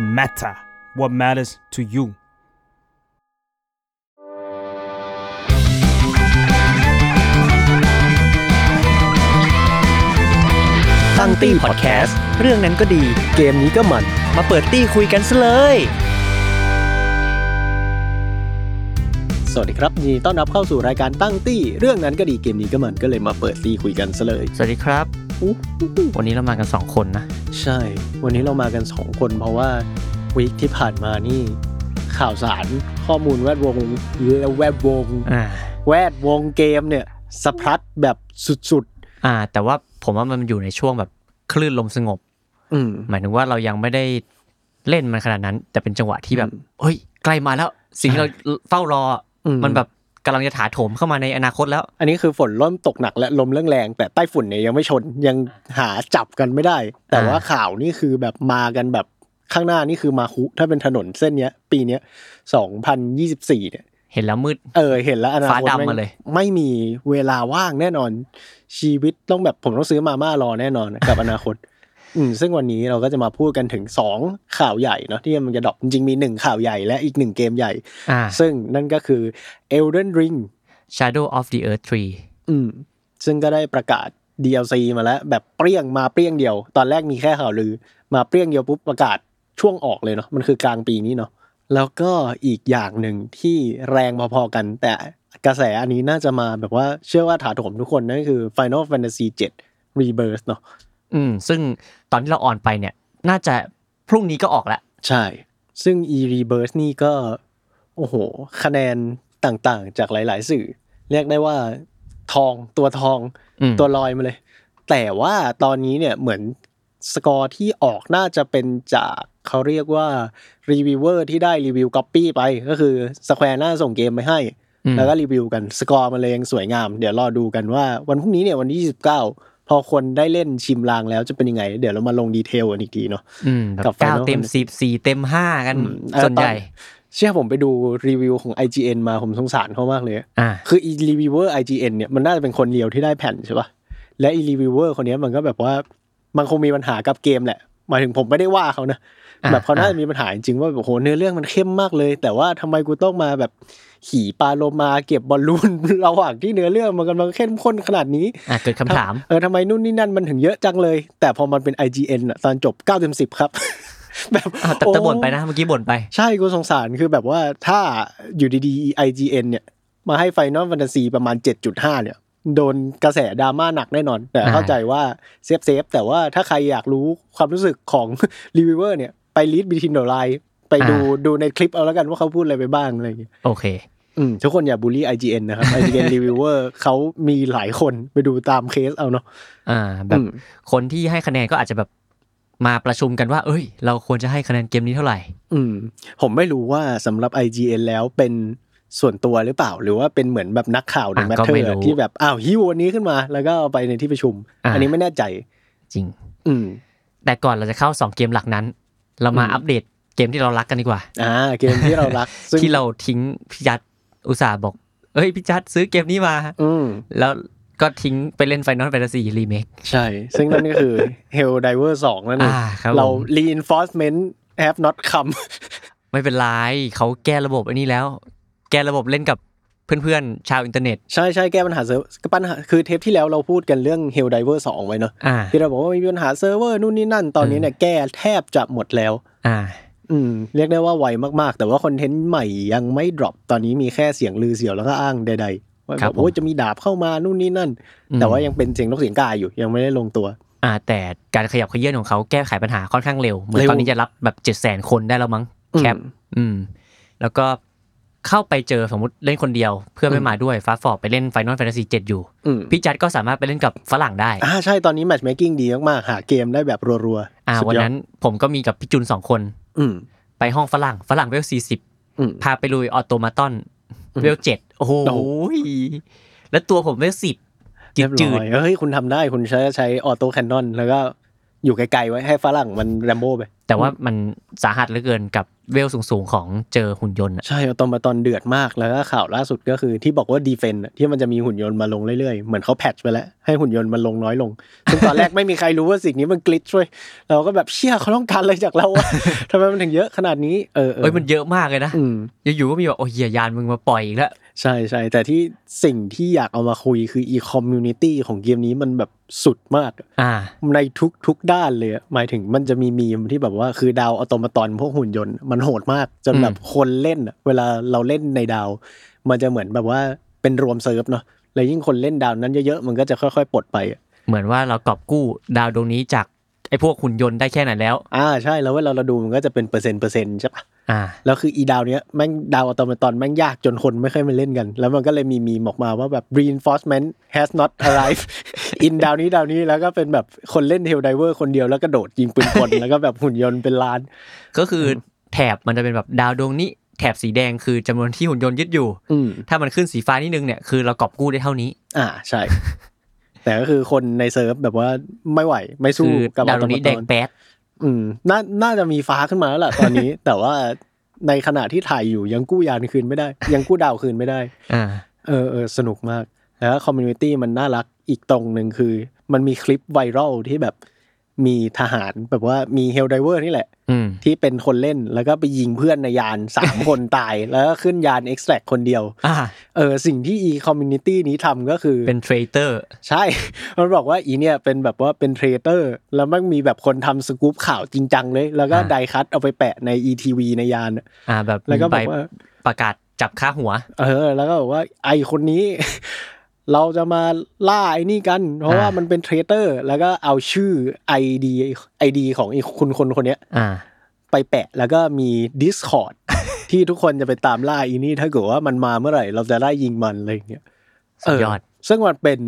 matter what matters to you ตั้งตี้พอดแคสต์เรื่องนั้นก็ดี เกมนี้ก็มัน มาเปิดตี้คุยกันซะเลย สวัสดีครับยินดีต้อนรับเข้าสู่รายการตั้งตี้ เรื่องนั้นก็ดีเกมนี้ก็มันก็เลยมาเปิดตี้คุยกันซะเลย สวัสดีครับ อู้หู วันนี้เรามากัน 2 คนนะ ใช่ วันนี้เรามากัน 2 คนเพราะว่าวีคที่ผ่านมานี่ ข่าวสารข้อมูลแวดวงและแวดวง อ่า แวดวงเกมเนี่ยสะพรัดแบบสุด อ่า แต่ว่าผมว่ามันอยู่ในช่วงแบบคลื่นลมสงบ ๆ อืม หมายถึงว่าเรายังไม่ได้เล่นมันขนาดนั้น แต่เป็นจังหวะที่แบบ อืม เฮ้ย ใกล้มาแล้ว สิ่งที่เราเฝ้ารออ่ะ อืม มันแบบกำลังจะถาโถมเข้ามาในอนาคตแล้ว อันนี้คือฝนเริ่มตกหนักและลมเรื่องแรง แต่ใต้ฝุ่นเนี่ยยังไม่ชนยังหาจับกันไม่ได้ แต่ว่า อ่า ข่าวนี่คือแบบมากันแบบข้างหน้านี่คือมาคุ ถ้าเป็นถนนเส้นเนี้ย ปีเนี้ยสองพันยี่สิบสี่เนี่ย เห็นแล้วมืด เออเห็นแล้วอนาคต ฟ้าดำ ง มาเลย ไม่มีเวลาว่างแน่นอน ชีวิตต้องแบบผมต้องซื้อมาม่ารอแน่นอนกับ อนาคต อืมซึ่งวันนี้เราก็จะมาพูดกันถึงสองข่าวใหญ่เนาะที่มันจะดรอกจริงๆมีหนึ่งข่าวใหญ่และอีกหนึ่งเกมใหญ่ อ่า ซึ่งนั่นก็คือ Elden Ring Shadow of the Earth Tree อืมซึ่งก็ได้ประกาศ DLC มาแล้ว แบบเปรี้ยงมาเปรี้ยงเดียว ตอนแรกมีแค่ข่าวลือ มาเปรี้ยงเดียวปุ๊บประกาศช่วงออกเลยเนาะมันคือกลางปีนี้เนาะแล้วก็อีกอย่างหนึ่งที่แรงพอๆกัน แต่กระแสอันนี้น่าจะมาแบบว่าเชื่อว่าถาโถมทุกคนนั่นคือ Final Fantasy 7 Rebirth เนาะ อืม ซึ่งตอนที่เราออนไปเนี่ย น่าจะพรุ่งนี้ก็ออกแล้ว ใช่ ซึ่ง e Rebirth นี่ก็ โอ้โห คะแนนต่างๆ จากหลาย ๆ สื่อ เรียกได้ว่าทองตัวทอง อืม ตัวลอยมาเลย แต่ว่าตอนนี้เนี่ยเหมือนสกอร์ที่ออกน่าจะเป็นจากเขาเรียกว่ารีวิวเวอร์ที่ได้รีวิวก๊อปปี้ไป ก็คือสแควร์หน้าส่งเกมไปให้ อืม แล้วก็รีวิวกันสกอร์มันเลยยังสวยงาม เดี๋ยวรอดูกันว่าวันพรุ่งนี้เนี่ยวันที่ 29 พอคนได้เล่นชิมลางแล้วจะเป็นยังไง เดี๋ยวเรามาลงดีเทลกันอีกทีเนาะ อืมแบ กับบ เก้า Final เต็มสิบสี่เต็มห้ากัน อืมเอ่อ ส่วน ตอ ใหญ่ เชื่อผมไปดูรีวิวของ IGN มาผมสงสารเขามากเลย อ่า คืออีรีวิเวอร์ IGN เนี่ยมันน่าจะเป็นคนเดียวที่ได้แผ่นใช่ปะและอีรีวิเวอร์คนเนี้ยมันก็แบบว่ามันคงมีปัญหากับเกมแหละ หมายถึงผมไม่ได้ว่าเขานะ อ่า แบบเขาน่า อ่า จะมีปัญหาจริงๆว่าแบบโหเนื้อเรื่องมันเข้มมากเลย แต่ว่าทำไมกูต้องมาแบบขี่ปลาโลมาเก็บบอลลูน ระหว่างที่เนื้อเรื่องมันกำลังเข้มข้นขนาดนี้ อ่าเกิดคำถาม เออทำไมนู่นนี่นั่นมันถึงเยอะจังเลย แต่พอมันเป็น IGN อะตอนจบ9เต็ม10ครับ แบบ อ่าแต่ โอ้ แต่บ่นไปนะเมื่อกี้บ่นไป ใช่กูสงสารคือแบบว่าถ้าอยู่ดีๆ IGN เนี่ย มาให้ Final Fantasy ประมาณ 7.5 เนี่ย โดนกระแสดราม่าหนักแน่นอน แต่ อ่า เข้าใจว่าเซฟเซฟแต่ว่าถ้าใครอยากรู้ความรู้สึกของ รีวิวเวอร์เนี่ย ไปลีดบิทินเดอร์ไลไปดูดูในคลิปเอาแล้วกันว่าเขาพูดอะไรไปบ้างอะไรอย่างเงี้ย โอเค อืมทุกคนอย่าบูลลี่ IGN นะครับ IGN รีวิวเวอร์เขามีหลายคนไปดูตามเคสเอาเนาะ อ่าแบ อื บ ม คนที่ให้คะแนนก็อาจจะแบบมาประชุมกันว่า เอ้ย เราควรจะให้คะแนนเกมนี้เท่าไหร่ อืมผมไม่รู้ว่าสำหรับ IGN แล้วเป็นส่วนตัวหรือเปล่า หรือว่าเป็นเหมือนแบบนักข่าวหรือ อ่ะ แมท ก็ เทอ ไม่ ร์ รู้ ที่แบบอ้าวฮิววันนี้ขึ้นมา แล้วก็เอาไปในที่ประชุม อ่ะ อันนี้ไม่แน่ใจ จริง อืม แต่ก่อนเราจะเข้า 2 เกมหลักนั้น เรามา อืม อัปเดตเกมที่เรารักกันดีกว่า อ่าเกมที่เรา รัก ซึ่ง ที่เราทิ้งพี่จัดอุตส่าห์บอก เอ้ยพี่จัดซื้อเกมนี้มา อืม แล้วก็ทิ้งไปเล่น Final Fantasy Remake ใช่ ซึ่งนั่นก็คือ Hell Diver 2 นั่นเอง อ่าครับ เรา ผม reinforcement have not come ไม่เป็นไรเขาแก้ระบบไอ้นี่แล้ว แก้ระบบเล่นกับเพื่อนๆชาวอินเทอร์เน็ต ใช่ใช่แก้ปัญหาเซิร์ฟปัญหาคือเทปที่แล้วเราพูดกันเรื่อง Hell Diver 2 ไว้เนอะ อ่า ที่เราบอกว่ามีปัญหาเซิร์ฟเวอร์นู่นนี่นั่นตอนนี้เนี่ยแก้แทบจะหมดแล้ว อ่า อืมเรียกได้ว่าไวมากๆ แต่ว่าคอนเทนต์ใหม่ยังไม่ดรอปตอนนี้มีแค่เสียงลือเสียวแล้วก็อ้างใดๆว่า ค แบ รับบ ผม โอ้ยจะมีดาบเข้ามานู่นนี่นั่น อืม แต่ว่ายังเป็นเสียงนกเสียงกาอยู่ยังไม่ได้ลงตัว อ่า แต่การขยับเขยื่อนของเขาแก้ไขปัญหาค่อนข้างเร็วเหมือน เร็ว ตอนนี้จะรับแบบเจ็ดแสนคนได้แล้วมั้งแคป อืม อืม แล้วก็เข้าไปเจอสมมติเล่นคนเดียว เพื่อนไม่ อืม มาด้วยฟ้าฟอร์ไปเล่น Final Fantasy 7 อยู่ อืม พี่จัดก็สามารถไปเล่นกับฝรั่งได้ อ่าใช่ตอนนี้แมทช์เมคกิ้งดีมากๆ หาเกมได้แบบรัวๆ อ่า สุดยด วันนั้นผมก็มีกับพี่จุนสองคน อืม ไปห้องฝรั่งฝรั่งเวล 40 อืม พาไปลุยออโตมาตอน อืม เวล 7 โอ้โห โอ้โห แล้วตัวผมเวล 10 เรียบ จื ร้ ด อยเฮ้ย คุณทำได้คุณใช้ใช้ออโต้แคนนอนแล้วก็ อยู่ไกลๆไว้ให้ฝรั่งมันแรมโบ้ไป แต่ว่ามันสาหัสเหลือเกินกับเวลสูงๆของเจอหุ่นยนต์อะ ใช่ตอนมาตอนเดือดมากแล้วก็ข่าวล่าสุดก็คือที่บอกว่าดีเฟนที่มันจะมีหุ่นยนต์มาลงเรื่อยๆ เหมือนเขาแพทช์ไปแล้ว ให้หุ่นยนต์มันลงน้อยลงซึ่งตอนแรก ไม่มีใครรู้ว่าสิ่งนี้มันกลิชช่วยเราก็แบบเชี่ยเขาต้องการอะไรจากเราวะ ทำไมมันถึงเยอะขนาดนี้เออ เอ้ยมันเยอะมากเลยนะ อืม อยู่ๆก็มีแบบโอ้ยเหี้ยยานมึงมาปล่อยอีกแล้ว ใช่ใช่แต่ที่สิ่งที่อยากเอามาคุยคืออีคอมมูนิตี้ของเกมนี้มันแบบสุดมาก อ่า ในทุกทุกด้านเลยอะหมายถึงมันจะมีมีมที่แบบว่าคือดาวอะตอมตอนพวกหุ่นยนต์มันโหดมาก จนแบบคนเล่นอะเวลาเราเล่นในดาว มันจะเหมือนแบบว่าเป็นรวมเซิร์ฟเนาะแล้วยิ่งคนเล่นดาวนั้นเยอะๆ มันก็จะค่อยๆปลดไปอะ เหมือนว่าเรากอบกู้ดาวดวงนี้จากไอ้พวกหุ่นยนต์ได้แค่ไหนแล้ว อ่าใช่แล้วเวลาเราดูมันก็จะเป็นเปอร์เซ็นต์เปอร์เซ็นต์ใช่ปะ อ่า แล้วคืออีดาวเนี้ยแม่งดาวอะตอมตอนแม่งยากจนคนไม่ค่อยมาเล่นกัน แล้วมันก็เลยมีมีมออกมาว่าแบบ reinforcement has not arrived in ดาวนี้ดาวนี้แล้วก็เป็นแบบคนเล่นเฮลไดเวอร์คนเดียวแล้วก็โดดยิงปืนกลแล้วก็แบบหุ่นยนต์เป็นล้าน ก็คือแถบมันจะเป็นแบบดาวดวงนี้ แถบสีแดงคือจำนวนที่หุ่นยนต์ยึดอยู่ อืม ถ้ามันขึ้นสีฟ้านิดนึงเนี่ยคือเรากอบกู้ได้เท่านี้ อ่าใช่ แต่ก็คือคนในเซิร์ฟแบบว่าไม่ไหวไม่ คื สู้ อ กับ ดาวดวงนี้แดง อัตโมัติ แป๊ด อืมน่าน่าจะมีฟ้าขึ้นมาแล้วล่ะตอนนี้ แต่ว่าในขณะที่ถ่ายอยู่ยังกู้ยานคืนไม่ได้ ยังกู้ดาวคืนไม่ได้ อ่า เออเออสนุกมาก แล้วคอมมูนิตี้มันน่ารักอีกตรงหนึ่งคือ มันมีคลิปไวรัลที่แบบมีทหารแบบว่ามีเฮลไดเวอร์นี่แหละ อืม ที่เป็นคนเล่นแล้วก็ไปยิงเพื่อนในยานสามคนตาย แล้วก็ขึ้นยานเอ็กซ์แทรคนเดียว อ่า เออสิ่งที่อีคอมมูนิตี้นี้ทำก็คือ เป็นเทรเตอร์ ใช่ มันบอกว่าอีเนี่ยเป็นแบบว่าเป็นเทรเตอร์ แล้วมันมีแบบคนทำสกู๊ปข่าวจริงจังเลย แล้วก็ อ่า ไดคัตเอาไปแปะใน ETV ในยานอะ อ่า แบบ แล้วก็บ ไป อกว่า ประกาศจับค่าหัว เออ แล้วก็บอกว่าไอคนนี้ เราจะมาล่าไอ้นี่กัน เพราะว่า อ่ามั มันเป็นเทรเตอร์ แล้วก็เอาชื่อ ID ID ของไอ้คุณคนคนเนี้ย อ่า ไปแปะแล้วก็มี Discord ที่ทุกคนจะไปตามล่าอีนี่ถ้าเกิดว่ามันมาเมื่อไหร่ เราจะได้ยิงมันอะไรอย่างเงี้ย สุดยอด เซึ่งมันเป็น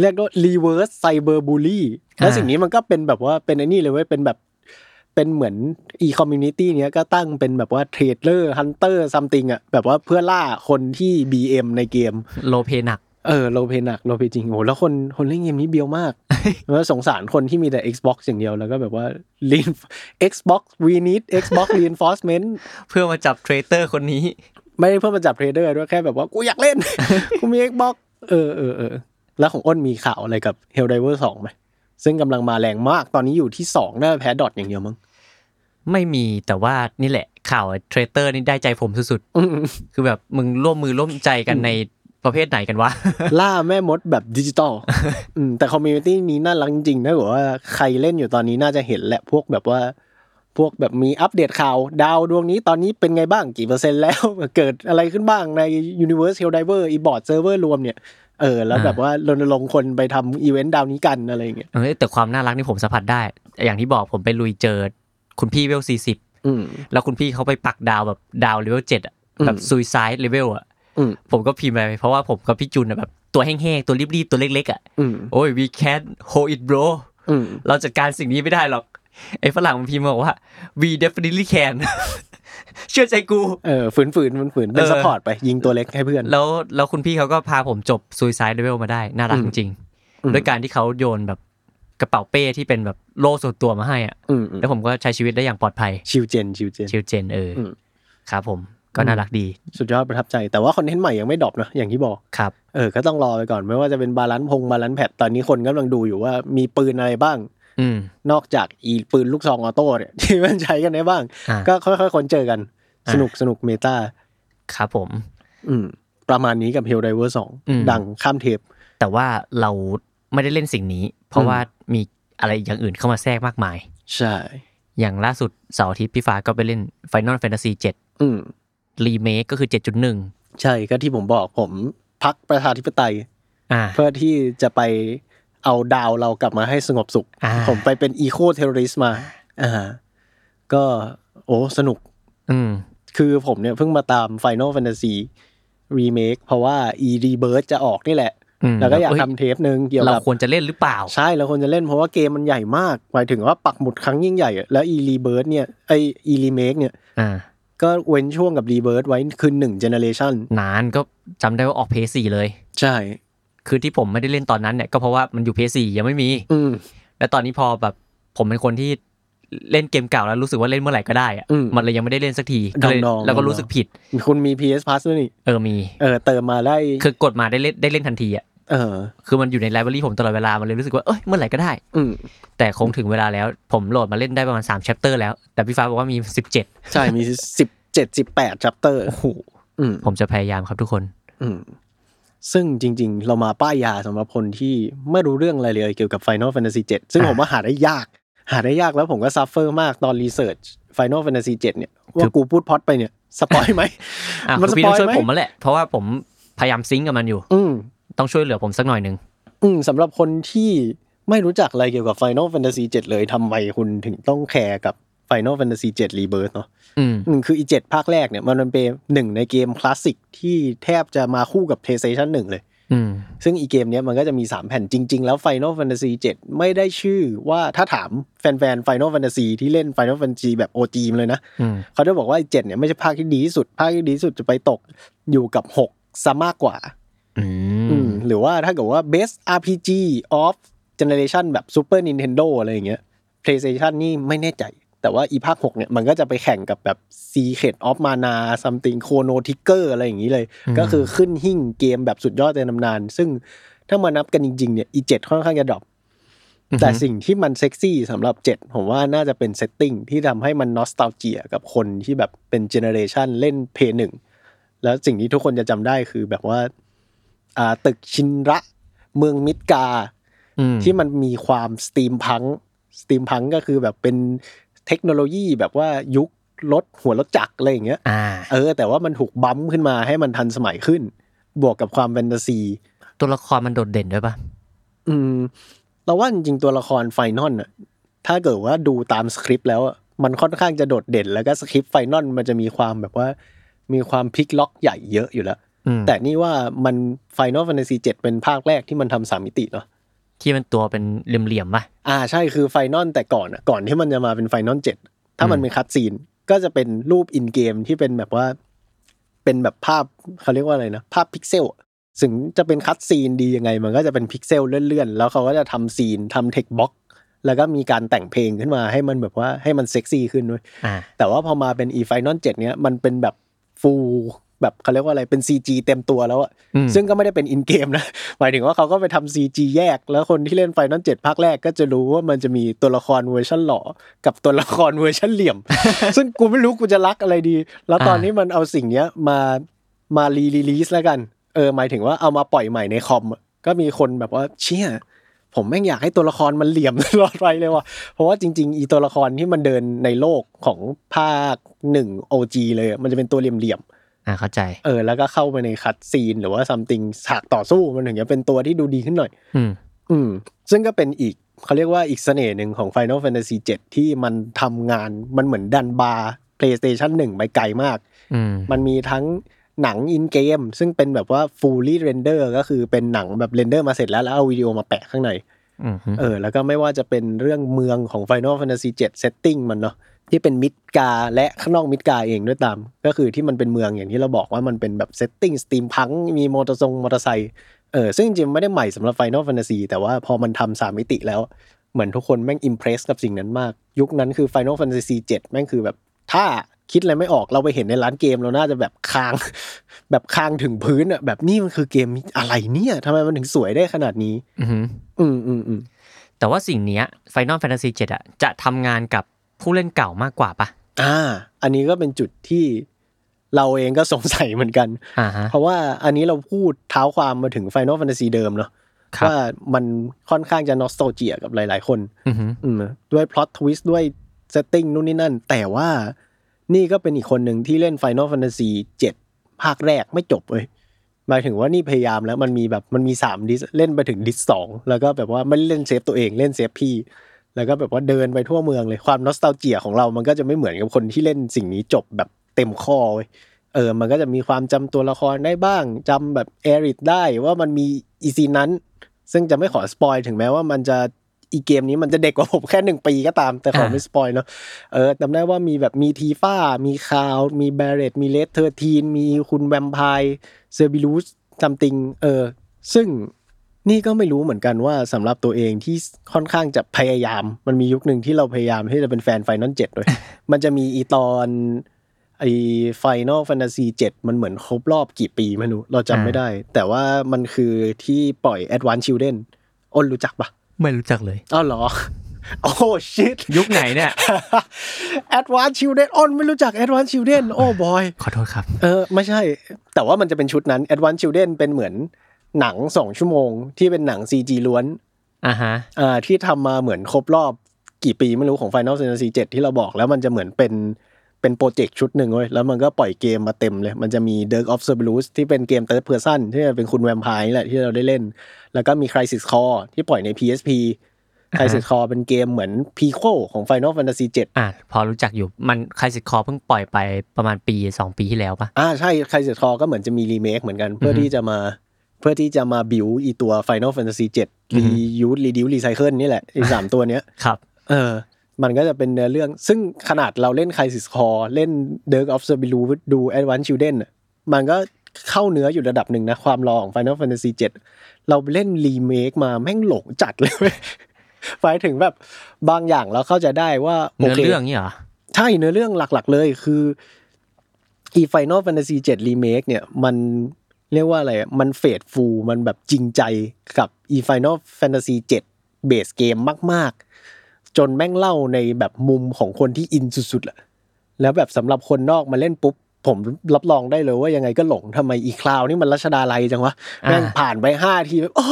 เรียกว่า reverse cyber bully และ อ่า สิ่งนี้มันก็เป็นแบบว่าเป็นไอ้นี่เลยเว้ยเป็นแบบเป็นเหมือน e community เนี้ยก็ตั้งเป็นแบบว่าเทรดเลอร์ฮันเตอร์ซัมติงอะแบบว่าเพื่อล่าคนที่ BM ในเกม โลเพหนัก เออโลเพหนักโลเพจริงโอ้โหแล้วคนคนเล่นเกมนี้เบียว มากแล้วสงสารคนที่มีแต่ Xbox อย่างเดียวแล้วก็แบบว่า reinf- Xbox we need Xbox reinforcement เพื่อมาจับเทรเตอร์คนนี้ ไม่ได้เพื่อมาจับเทรดเดอร์ด้วยแค่แบบว่า กูอยากเล่น กูมี Xbox เออเออเออแล้วของอ้นมีข่าวอะไรกับ Helldiver 2ไหมซึ่งกำลังมาแรงมากตอนนี้อยู่ที่ 2 น่าจะแพ้ดอทอย่างเดียวมั้ง ไม่มีแต่ว่านี่แหละข่าวเทรเตอร์นี่ได้ใจผมสุด อืม ๆ คือแบบมึงร่วมมือร่วมใจกันในประเภทไหนกันวะ ล่าแม่มดแบบดิจิตอลอืมแต่คอมมูนิตี้นี้น่ารักจริงๆนะบอกว่าใครเล่นอยู่ตอนนี้น่าจะเห็นแหละพวกแบบว่า พวกแบบมีอัปเดตข่าว ดาวดวงนี้ตอนนี้เป็นไงบ้างกี่เปอร์เซ็นต์แล้ว เกิดอะไรขึ้นบ้างใน Universe Helldiver อีบอร์ดเซิร์ฟเวอร์รวมเนี่ยเออแล้วแบบว่ารณรงค์คนไปทำอีเวนต์ดาวนี้กันอะไรอย่างเงี้ย เออแต่ความน่ารักนี่ผมสัมผัสได้ อย่างที่บอกผมไปลุยเจอคุณพี่เวลสี่สิบ อืม แล้วคุณพี่เขาไปปักดาวแบบดาวเลเวลเจ็ดอะ อืม แบบซูซายเลเวลอะ อืม ผมก็พิมพ์ไปเพราะว่าผมกับพี่จุนอะแบบตัวแห้งๆ ตัวรีบๆ ตัวเล็กๆอะ อืม โอ้ย we can hold it bro อืม เราจัดการสิ่งนี้ไม่ได้หรอก ไอ้ฝรั่งมันพิมพ์มาบอกว่า we definitely can เชื่อใจกู เออฝืนฝืนฝืนฝืนเป็น เออ ซัพพอร์ตไปยิงตัวเล็กให้เพื่อน แล้วแล้วคุณพี่เขาก็พาผมจบซูซายเลเวลมาได้ น่ารัก อืมจริง อืม ๆด้วยการที่เขาโยนแบบกระเป๋าเป้ที่เป็นแบบโล่ส่วนตัวมาให้อะ อืมอืม แล้วผมก็ใช้ชีวิตได้อย่างปลอดภัย ชิวเจนชิวเจน ชิลเจนเอออ ม ครับผมก็น่ารักดี สุดยอดประทับใจ แต่ว่าคอนเทนต์ใหม่ยังไม่ดรอปนะอย่างที่บอก ครับ เออก็ต้องรอไปก่อนไม่ว่าจะเป็นบาลานซ์พงบาลานซ์แพดตอนนี้คนกำลังดูอยู่ว่ามีปืนอะไรบ้าง อืม นอกจากอีปืนลูกซองออโต้เนี่ย ที่มันใช้กันได้บ้าง อ่า ก็ค่อยๆคนเจอกัน อ่ะ สนุกสนุกเมตา ครับผม อืม ประมาณนี้กับ h e l l d i v e r อืม 2 ดังข้ามเทป แต่ว่าเราไม่ได้เล่นสิ่งนี้ เพ อื ราะ ม ว่ามีอะไรอย่างอื่นเข้ามาแทรกมากมาย ใช่ อย่างล่าสุดเสาร์อาทิตย์พี่ฟ้าก็ไปเล่น Final Fantasy 7 อืม รีเมคก็คือ 7.1 ใช่ก็ที่ผมบอกผมพักประชาธิปไตย อ่า เพื่อที่จะไปเอาดาวเรากลับมาให้สงบสุข อ่า ผมไปเป็นอีโคเทอร์ริสมา อ่า ก็โอ้สนุก อืม คือผมเนี่ยเพิ่งมาตาม Final Fantasy Remake เพราะว่า e Rebirth จะออกนี่แหละ อืม แล้วก็อยาก เฮ้ ทำเทปหนึ่งเกี่ยว เรา กับ ควรจะเล่นหรือเปล่า ใช่แล้วคนจะเล่นเพราะว่าเกมมันใหญ่มาก หมายถึงว่าปักหมุดครั้งยิ่งใหญ่อะแล้ว e Rebirth เนี่ยไอ e Remake เนี่ย อ่า ก็เว้นช่วงกับ Rebirth ไว้คือหนึ่ง generation นานก็จำได้ว่าออกเพสี่เลย ใช่ คือที่ผมไม่ได้เล่นตอนนั้นเนี่ยก็เพราะว่ามันอยู่เพสี่ยังไม่มี อืม แล้วตอนนี้พอแบบผ ผมเป็นคนที่เล่นเกมเก่าแล้วรู้สึกว่าเล่นเมื่อไหร่ก็ได้อะ อืม มันเลยยังไม่ได้เล่นสักทีก็เลย ดองๆ แล้วก็รู้สึกผิด คุณมี PS Plus ด้วยนี่ เออมี เออเติมมาได้ คือกดมาได้เล่นได้เล่นทันทีอ่ะ เออ คือมันอยู่ในไลบรารีผมตลอดเวลามันเลยรู้สึกว่าเอ้ยเมื่อไหร่ก็ได้ อืม แต่คงถึงเวลาแล้วผมโหลดมาเล่นได้ประมาณ3ามแชปเตอร์แล้ว แต่พี่ฟ้าบอกว่ามี 17 ใช่มีสิบเจ็ดสิบแปดชัปเตอร์ โอ้โห อืม ผมจะพยายามครับทุกคน อืมซึ่งจริง ๆ เรามาป้ายยาสำหรับคนที่ไม่รู้เรื่องอะไรเลยเกี่ยวกับ Final Fantasy 7 ซึ่ง อ่ะ ผมว่าหาได้ยาก หาได้ยากแล้วผมก็ซัฟเฟอร์มากตอนรีเสิร์ช Final Fantasy 7 เนี่ย ครั ว่า บ กูพูดพล็อดไปเนี่ย สปอยไหม อ่ะ มัน คุณพี่ต้องช่สวยปอยไหม ผมมาแหละเพราะว่าผมพยายามซิงก์กับมันอยู่ อืม ต้องช่วยเหลือผมสักหน่อยหนึ่ง อืมสำหรับคนที่ไม่รู้จักอะไรเกี่ยวกับ Final Fantasy 7 เลยทำไมคุณถึงต้องแคร์กับ Final Fantasy 7 Rebirth เนาะ อืม อืมคืออีเจ็ดภาคแรกเนี่ย มันเป็นหนึ่งในเกมคลาสสิกที่แทบจะมาคู่กับ PlayStation 1 เลย อืม ซึ่งอีเกมเนี้ยมันก็จะมี 3 แผ่นจริง ๆ แล้ว Final Fantasy 7 ไม่ได้ชื่อว่าถ้าถามแฟนๆ Final Fantasy ที่เล่น Final Fantasy แบบ OG มาเลยนะ อืม เขาจะบอกว่าไอ้7เนี่ยไม่ใช่ภาคที่ดีที่สุด ภาคที่ดีที่สุดจะไปตกอยู่กับ 6 ซะมากกว่า อื อื ม มหรือว่าถ้าเกิดว่า best RPG of generation แบบ Super Nintendo อะไรอย่างเงี้ย PlayStation นี่ไม่แน่ใจ แต่ว่าอีภาค 6 เนี่ยมันก็จะไปแข่งกับแบบ Secret of Mana something Chrono Trigger อะไรอย่างนี้เลย ก็คือขึ้นหิ่งเกมแบบสุดยอดในตำนาน ซึ่งถ้ามานับกันจริงๆเนี่ยอีเจ็ดค่อนข้างจะดรอปแต่สิ่งที่มันเซ็กซี่สำหรับ 7 ผมว่าน่าจะเป็นเซตติ้งที่ทำให้มันนอสตาเจียกับคนที่แบบเป็นเจเนอเรชันเล่นเพย์หนึ่งแล้วสิ่งที่ทุกคนจะจำได้คือแบบว่าอ่าตึกชินระเมืองมิดกา อืม ที่มันมีความสตรีมพังสตรีมพังก็คือแบบเป็นเทคโนโลยีแบบว่ายุครถหัวรถจักรอะไรอย่างเงี้ย อ่า เออแต่ว่ามันถูกบัมป์ขึ้นมาให้มันทันสมัยขึ้น บวกกับความแฟนตาซี ตัวละครมันโดดเด่นด้วยป่ะ อืมเราว่าจริงๆตัวละครไฟนอลน่ะถ้าเกิดว่าดูตามสคริปต์แล้วอะมันค่อนข้างจะโดดเด่น แล้วก็สคริปต์ไฟนอลมันจะมีความแบบว่า มีความพลิกล็อกใหญ่เยอะอยู่แล้ว อืม แต่นี่ว่ามันไฟนอลแฟนตาซีเจ็ดเป็นภาคแรกที่มันทำสามมิติเนาะ ที่มันตัวเป็นเหลี่ยมๆป่ะ อ่าใช่คือไฟนอลแต่ก่อนอะก่อนที่มันจะมาเป็นไฟนอลเจ็ดถ้ามัน อืม เป็นคัดซีนก็จะเป็นรูปอินเกมที่เป็นแบบว่า เป็นแบบภาพเขาเรียกว่าอะไรนะภาพพิกเซลอะถึงจะเป็นคัดซีนดียังไง มันก็จะเป็นพิกเซลเลื่อนๆ แล้วเขาก็จะทำซีนทำเทคบ็อกแล้วก็มีการแต่งเพลงขึ้นมาให้มันแบบว่าให้มันเซ็กซี่ขึ้นด้วย อ่า แต่ว่าพอมาเป็นอีไฟนอลเจ็ดเนี้ยมันเป็นแบบฟูแบบเขาเรียกว่าอะไรเป็น CG เต็มตัวแล้วอะ อืม ซึ่งก็ไม่ได้เป็นอินเกมนะ หมายถึงว่าเขาก็ไปทำ CG แยก แล้วคนที่เล่นไฟนอลเจ็ดภาคแรกก็จะรู้ว่ามันจะมีตัวละครเวอร์ชันหล่อกับตัวละครเวอร์ชันเหลี่ยม ซึ่งกูไม่รู้กูจะรักอะไรดี แล้วตอนนี้มันเอาสิ่งเนี้ยมา มารีลีลีสแล้วกัน เออ หมายถึงว่าเอามาปล่อยใหม่ในคอมอะก็มีคนแบบว่าเชี่ย ผมแม่งอยากให้ตัวละครมันเหลี่ยม ตลอดไปเลยว่ะ เพราะว่าจริง ๆ อีตัวละครที่มันเดินในโลกของภาคหนึ่งโอจีเลยอะมันจะเป็นตัวเหลี่ยม อ่าเข้าใจ ๆ เออ แล้วก็เข้าไปในคัดซีนหรือว่าซัมติงฉากต่อสู้มันถึงจะเป็นตัวที่ดูดีขึ้นหน่อย อืม อืม ซึ่งก็เป็นอีกเขาเรียกว่าอีกเสน่ห์หนึ่งของ Final Fantasy 7 ที่มันทำงานมันเหมือนดันบาร์ PlayStation 1 ไปไกลมาก อืม มันมีทั้งหนังอินเกม ซึ่งเป็นแบบว่า fully render ก็คือเป็นหนังแบบเรนเดอร์มาเสร็จแล้วแล้วเอาวิดีโอมาแปะข้างใน อืม เออ แล้วก็ไม่ว่าจะเป็นเรื่องเมืองของ Final Fantasy 7 setting มันเนาะที่เป็นมิดกาและข้างนอกมิดกาเองด้วยตาม ก็คือที่มันเป็นเมืองอย่างที่เราบอกว่ามันเป็นแบบ setting สตีมพังมีมอเตอร์ทรงมอเตอร์ไซค์เออซึ่งจริงๆไม่ได้ใหม่สำหรับ Final Fantasy แต่ว่าพอมันทำสามมิติแล้ว เหมือนทุกคนแม่งอิมเพรสกับสิ่งนั้นมาก ยุคนั้นคือ Final Fantasy 7 แม่งคือแบบ ถ้าคิดอะไรไม่ออกเราไปเห็นในร้านเกมเราน่าจะแบบคาง แบบคางถึงพื้นอะแบบนี่มันคือเกมอะไรเนี่ยทำไมมันถึงสวยได้ขนาดนี้ อืม อืมอืมอืม แต่ว่าสิ่งเนี้ย Final Fantasy 7อ่ะ จะทำงานกับผู้เล่นเก่ามากกว่าป่ะ อ่า อันนี้ก็เป็นจุดที่เราเองก็สงสัยเหมือนกัน อ่าฮะ เพราะว่าอันนี้เราพูดเท้าความมาถึง Final Fantasy เดิมเนาะ ครับ ว่ามันค่อนข้างจะนอสโตเจียกับหลายๆคน อืมฮึ อืมด้วยพล็อตทวิสต์ด้วยเซตติ้งนู่นนี่นั่น แต่ว่านี่ก็เป็นอีกคนหนึ่งที่เล่น Final Fantasy 7 ภาคแรกไม่จบเลยหมายถึงว่านี่พยายามแล้วมันมีแบบมันมีสามดิสเล่นไปถึงดิสสองแล้วก็แบบว่าไม่เล่นเซฟตัวเองเล่นเซฟพี่ แล้วก็แบบว่าเดินไปทั่วเมืองเลยความนอสตาเจียของเรามันก็จะไม่เหมือนกับคนที่เล่นสิ่งนี้จบแบบเต็มข้อเว้ยเออ มันก็จะมีความจำตัวละครได้บ้างจำแบบเอริทได้ว่ามันมีอีซีนนั้น ซึ่งจะไม่ขอสปอยถึงแม้ว่ามันจะอีเกมนี้มันจะเด็กกว่าผมแค่หนึ่งปีก็ตาม แต่ขอไม่สปอยเนาะเออจำได้ว่ามีแบบมีทีฟ้า มีคาว มีแบเรตมีเลสเทอร์ทีน มีคุณแวมไพร์เซอร์บิลูสซัมติงเออซึ่ง นี่ก็ไม่รู้เหมือนกันว่าสำหรับตัวเองที่ค่อนข้างจะพยายาม มันมียุคหนึ่งที่เราพยายามที่จะเป็นแฟนไฟนอลเจ็ดด้วย มันจะมีอีตอนไอไฟนอลแฟนตาซีเจ็ดมันเหมือนครบรอบกี่ปีไม่รู้เราจำไม่ได้ แต่ว่ามันคือที่ปล่อยแอดวานชิลเดนอ้นรู้จักปะ ไม่รู้จักเลย อ้าวเหรอ โอ้ชิ ต ยุคไหนเนี่ย แอดวานชิลเดนอ้นไม่รู้จักแอดวานชิลเดนโอ้บอย ขอโทษครับ เออไม่ใช่ แต่ว่ามันจะเป็นชุดนั้น Advanced Children เป็นเหมือนหนังสองชั่วโมง ที่เป็นหนัง CG ล้วน อ่าฮะ อ่าที่ทำมาเหมือนครบรอบกี่ปีไม่รู้ของ Final Fantasy 7 ที่เราบอกแล้วมันจะเหมือนเป็นเป็นโปรเจกต์ชุดหนึ่งเว้ยแล้วมันก็ปล่อยเกมมาเต็มเลย มันจะมี Dirk of Cerberus ที่เป็นเกม Third Person ที่เป็นคุณแวมไพร์นี่แหละที่เราได้เล่น แล้วก็มี Crisis Core ที่ปล่อยใน PSP อ่าฮะ Crisis Core เป็นเกมเหมือน prequel ของ Final Fantasy 7 อ่าพอรู้จักอยู่มันใครสิทธิ์คอเพิ่งปล่อยไปประมาณปีสองปีที่แล้วปะ อ่าใช่ใครเสียทอก็เหมือนจะมีรีเมคเหมือนกันเพื่อ อือฮึ ที่จะมาเพื่อที่จะมาบิวอีตัว Final Fantasy 7 อือฮึ Reuse Reduce Recycle นี่แห ละไอีสามตัวเนี้ย ครับ เออมันก็จะเป็นเนื้อเรื่องซึ่งขนาดเราเล่น Crisis Core เล่น Dirk of the Blue ดู Advanced Children น่ะมันก็เข้าเนื้ออยู่ระดับหนึ่งนะ ความรอของ Final Fantasy 7 เราเล่นรีเมคมาแม่งหลงจัดเลยเว้ย หมายถึงแบบบางอย่างเราเข้าใจได้ว่าโ เนื้อ ค เรื่องนี่เหรอ ใช่เนื้อเรื่องหลักๆเลยคืออีไฟนอลแฟนตาซีเจ็ดรีเมคเนี่ยมันเรียกว่าอะไรอะมันเฟดฟูลมันแบบจริงใจกับอีไฟนอลแฟนตาซีเจ็ดเบสเกมมาก ๆ จนแม่งเล่าในแบบมุมของคนที่อินสุดๆแหละแล้วแบบสำหรับคนนอกมาเล่นปุ๊บ ผมรับรองได้เลยว่ายังไงก็หลงทำไมอีคลาวนี่มันรัชดาลัยจังวะ อ่า แม่งผ่านไปห้าทีแบบอ๋อ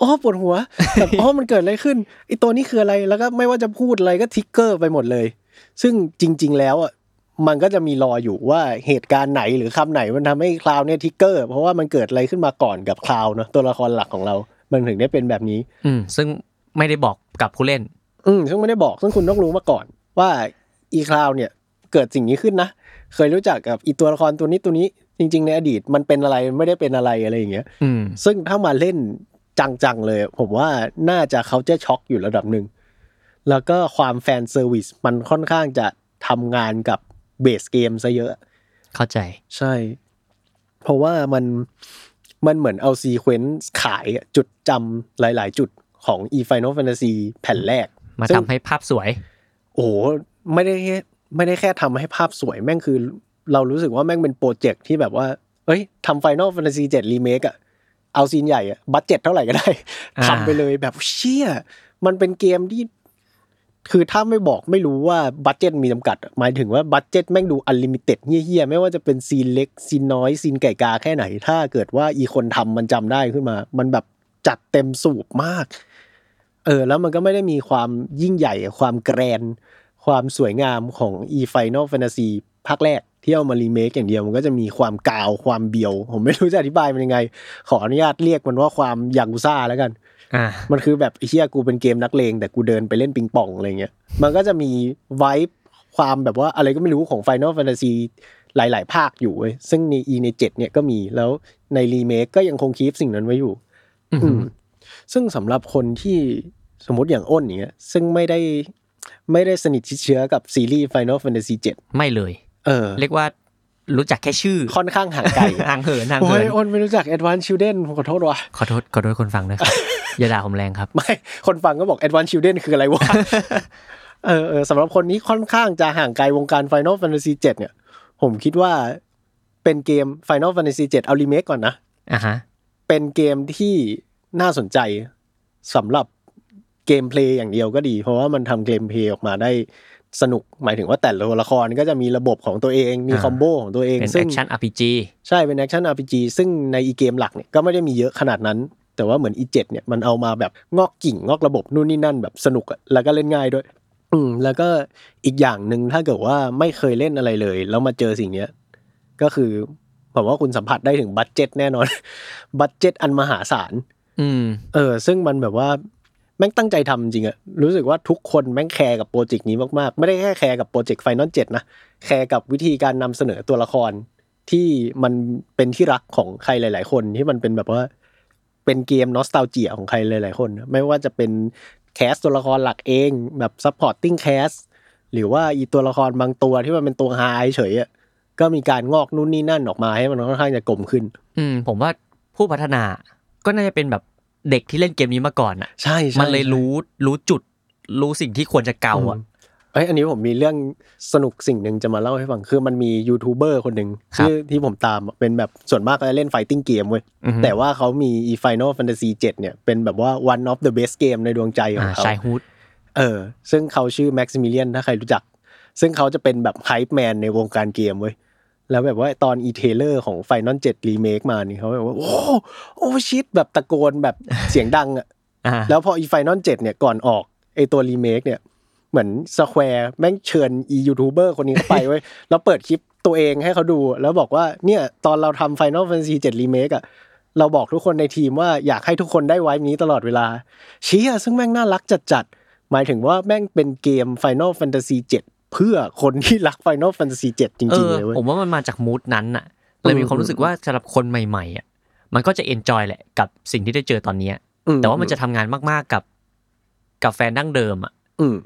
อ๋อปวดหัว แบบอ๋อมันเกิดอะไรขึ้นไอตัวนี้คืออะไรแล้วก็ไม่ว่าจะพูดอะไรก็ทิกเกอร์ไปหมดเลย ซึ่งจริง ๆ แล้วอ่ะมันก็จะมีรออยู่ว่าเหตุการณ์ไหนหรือคำไหนมันทำให้คลาวเนี่ยทิกเกอร์ เพราะว่ามันเกิดอะไรขึ้นมาก่อนกับคลาวเนาะตัวละครหลักของเรา มันถึงได้เป็นแบบนี้ อืม ซึ่งไม่ได้บอกกับผู้เล่น อืมซึ่งไม่ได้บอกซึ่งคุณต้องรู้มาก่อน ว่าอีคลาวเนี่ยเกิดสิ่งนี้ขึ้นนะ เคยรู้จักกับอีตัวละครตัวนี้ตัวนี้ จริง ๆ ในอดีตมันเป็นอะไรไม่ได้เป็นอะไรอะไรอย่างเงี้ย อืม ซึ่งถ้ามาเล่นจัง ๆ เลย ผมว่าน่าจะเขาจะช็อกอยู่ระดับหนึ่ง แล้วก็ความแฟนเซอร์วิสมันค่อนข้างจะทำงานกับเบสเกมซะเยอะ เข้าใจ ใช่ เพราะว่ามันมันเหมือนเอาซีเควนซ์ขายอะจุดจำหลาย ๆ จุดของ e Final Fantasy แผ่นแรก มา ซึ่ ทำ ง ให้ภาพสวย โอ้โหไม่ได้แค่ไม่ได้แค่ทำให้ภาพสวยแม่งคือ เรารู้สึกว่าแม่งเป็นโปรเจกต์ที่แบบว่า เอ้ยทำ Final Fantasy 7 Remake อะเอาซีนใหญ่อะบัตเจ็ตเท่าไหร่ก็ได้ อ่า ทำไปเลยแบบเชี่ย มันเป็นเกมที่ คือถ้าไม่บอกไม่รู้ว่าบัตเจ็ตมีจำกัดอะหมายถึงว่าบัตเจ็ตแม่งดูอันลิมิเต็ดเฮี้ยๆ ไม่ว่าจะเป็นซีนเล็ก ซีนน้อย ซีนไก่กาแค่ไหน ถ้าเกิดว่าอีคนทำมันจำได้ขึ้นมา มันแบบจัดเต็มสูบมาก เออ แล้วมันก็ไม่ได้มีความยิ่งใหญ่ ความแกรน ความสวยงามของ e Final Fantasy ภาคแรก ที่เอามารีเมคอย่างเดียวมันก็จะมีความกาวความเบียว ผมไม่รู้จะอธิบายมันยังไง ขออนุญาตเรียกมันว่าความยากุซ่าแล้วกัน อ่า มันคือแบบไอ้เฮียกูเป็นเกมนักเลง แต่กูเดินไปเล่นปิงปองอะไรเงี้ย มันก็จะมีไวบ์ความแบบว่าอะไรก็ไม่รู้ของ Final Fantasy หลาย ๆ ภาคอยู่เว้ยซึ่งใน e ใน7เนี่ยก็มีแล้วในรีเมคก็ยังคงคีฟสิ่งนั้นไว้อยู่ อืม ซึ่งสำหรับคนที่สมมติอย่างอ้นอย่างเงี้ยซึ่งไม่ได้ไม่ได้สนิทชิดเชื้อกับซีรีส์ Final Fantasy 7 ไม่เลย เออ เรียกว่ารู้จักแค่ชื่อ ค่อนข้างห่างไกล ห่างเหิ นห่าง โอ้ เหิ ย น อ้นไม่รู้จัก Advanced Children ผมขอโทษว่ะ ขอโทษขอโทษคนฟังด้วยครับ อย่าด่าผมแรงครับ ไม่ คนฟังก็บอก Advanced Children คืออะไร วะ เออเออสำหรับคนนี้ค่อนข้างจะห่างไกลวงการ Final Fantasy 7 เนี่ย ผมคิดว่าเป็นเกม Final Fantasy 7 เอารีเมคก่อนนะ อ่าฮะ เป็นเกมที่น่าสนใจสำหรับเกมเพลย์อย่างเดียวก็ดี เพราะว่ามันทำเกมเพลย์ออกมาได้สนุก หมายถึงว่าแต่ละตัวละครก็จะมีระบบของตัวเอง มี อ่า คอมโบของตัวเอง เป็น ซึ่ แอง คชั่น RPG ใช่เป็นแอคชั่น RPG ซึ่งในอีเกมหลักเนี่ยก็ไม่ได้มีเยอะขนาดนั้น แต่ว่าเหมือนอีเจ็ดเนี่ยมันเอามาแบบงอกกิ่งงอกระบบนู่นนี่นั่นแบบสนุกอะแล้วก็เล่นง่ายด้วย อืมแล้วก็อีกอย่างหนึ่งถ้าเกิดว่าไม่เคยเล่นอะไรเลย แล้วมาเจอสิ่งเนี้ย ก็คือผมว่าคุณสัมผัสได้ถึงบัตเจ็ตแน่นอน บัตเจ็ตอันมหาศาล อืม เออซึ่งมันแบบว่าแม่งตั้งใจทำจริงอะรู้สึกว่าทุกคนแม่งแคร์กับโปรเจกต์นี้มากๆ ไม่ได้แค่แคร์กับโปรเจกต์ไฟนอลเจ็ดนะ แคร์กับวิธีการนำเสนอตัวละครที่มันเป็นที่รักของใครหลาย ๆ คนที่มันเป็นแบบว่า เป็นเกมนอสตาเจียของใครหลาย ๆ คนนะไม่ว่าจะเป็นแคสตัวละครหลักเองแบบซัพพอร์ตติ้งแคสหรือว่าอีตัวละครบางตัวที่มันเป็นตัวฮาเฉยๆอะก็มีการงอกนู่นนี่นั่นออกมาให้มันค่อนข้างจะกลมขึ้น อืม ผมว่าผู้พัฒนาก็น่าจะเป็นแบบ เด็กที่เล่นเกมนี้มาก่อนอ่ะ ใช่ใช่ มันเลยรู้รู้จุดรู้สิ่งที่ควรจะเกาอ่ะ มเอ้ยอันนี้ผมมีเรื่องสนุกสิ่งหนึ่งจะมาเล่าให้ฟังคือมันมียูทูบเบอร์คนหนึ่ง ครับ ที่ที่ผมตามอะเป็นแบบส่วนมากก็จะเล่นไฟติ้งเกมเว้ย อือฮึ แต่ว่าเขามี e Final Fantasy 7เนี่ยเป็นแบบว่า one of the best game ในดวงใจขอ อ่าง เขา ชายฮูด เออ ซึ่งเขาชื่อแม็กซิมิเลียนถ้าใครรู้จัก ซึ่งเขาจะเป็นแบบไฮป์แมนในวงการเกมเว้ย แล้วแบบว่าตอนอีเทเลอร์ของไฟนอลเจ็ดรีเมคมานี่เขาแบบว่า โอ้โหโอ้ชิตแบบตะโกนแบบ เสียงดังอะ อ่า แล้วพออีไฟนอลเจ็ดเนี่ยก่อนออกไอตัวรีเมคเนี่ย เหมือนสแควร์แม่งเชิญอียูทูบเบอร์คนนี้เข้าไปเว้ย แล้วเปิดคลิปตัวเองให้เขาดู แล้วบอกว่าเนี่ย ตอนเราทำไฟนอลแฟนซีเจ็ดรีเมคอะเราบอกทุกคนในทีมว่าอยากให้ทุกคนได้ไว้นี้ตลอดเวลาเชี้ซึ่งแม่งน่ารักจัดจัดๆหมายถึงว่าแม่งเป็นเกม Final Fantasy 7 เพื่อคนที่รัก Final Fantasy 7 จ เอ ริง อ ๆ เลยเว้ย ผมว่ามันมาจากมูดนั้นอ่ะเลยมีความรู้สึกว่าสำหรับคนใหม่ๆอ่ะมันก็จะเอนจอยแหละกับสิ่งที่ได้เจอตอนเนี้ย อื แต่ว่ามันจะทำงานมากๆกับกับแฟนดั้งเดิมอ่ะ อืม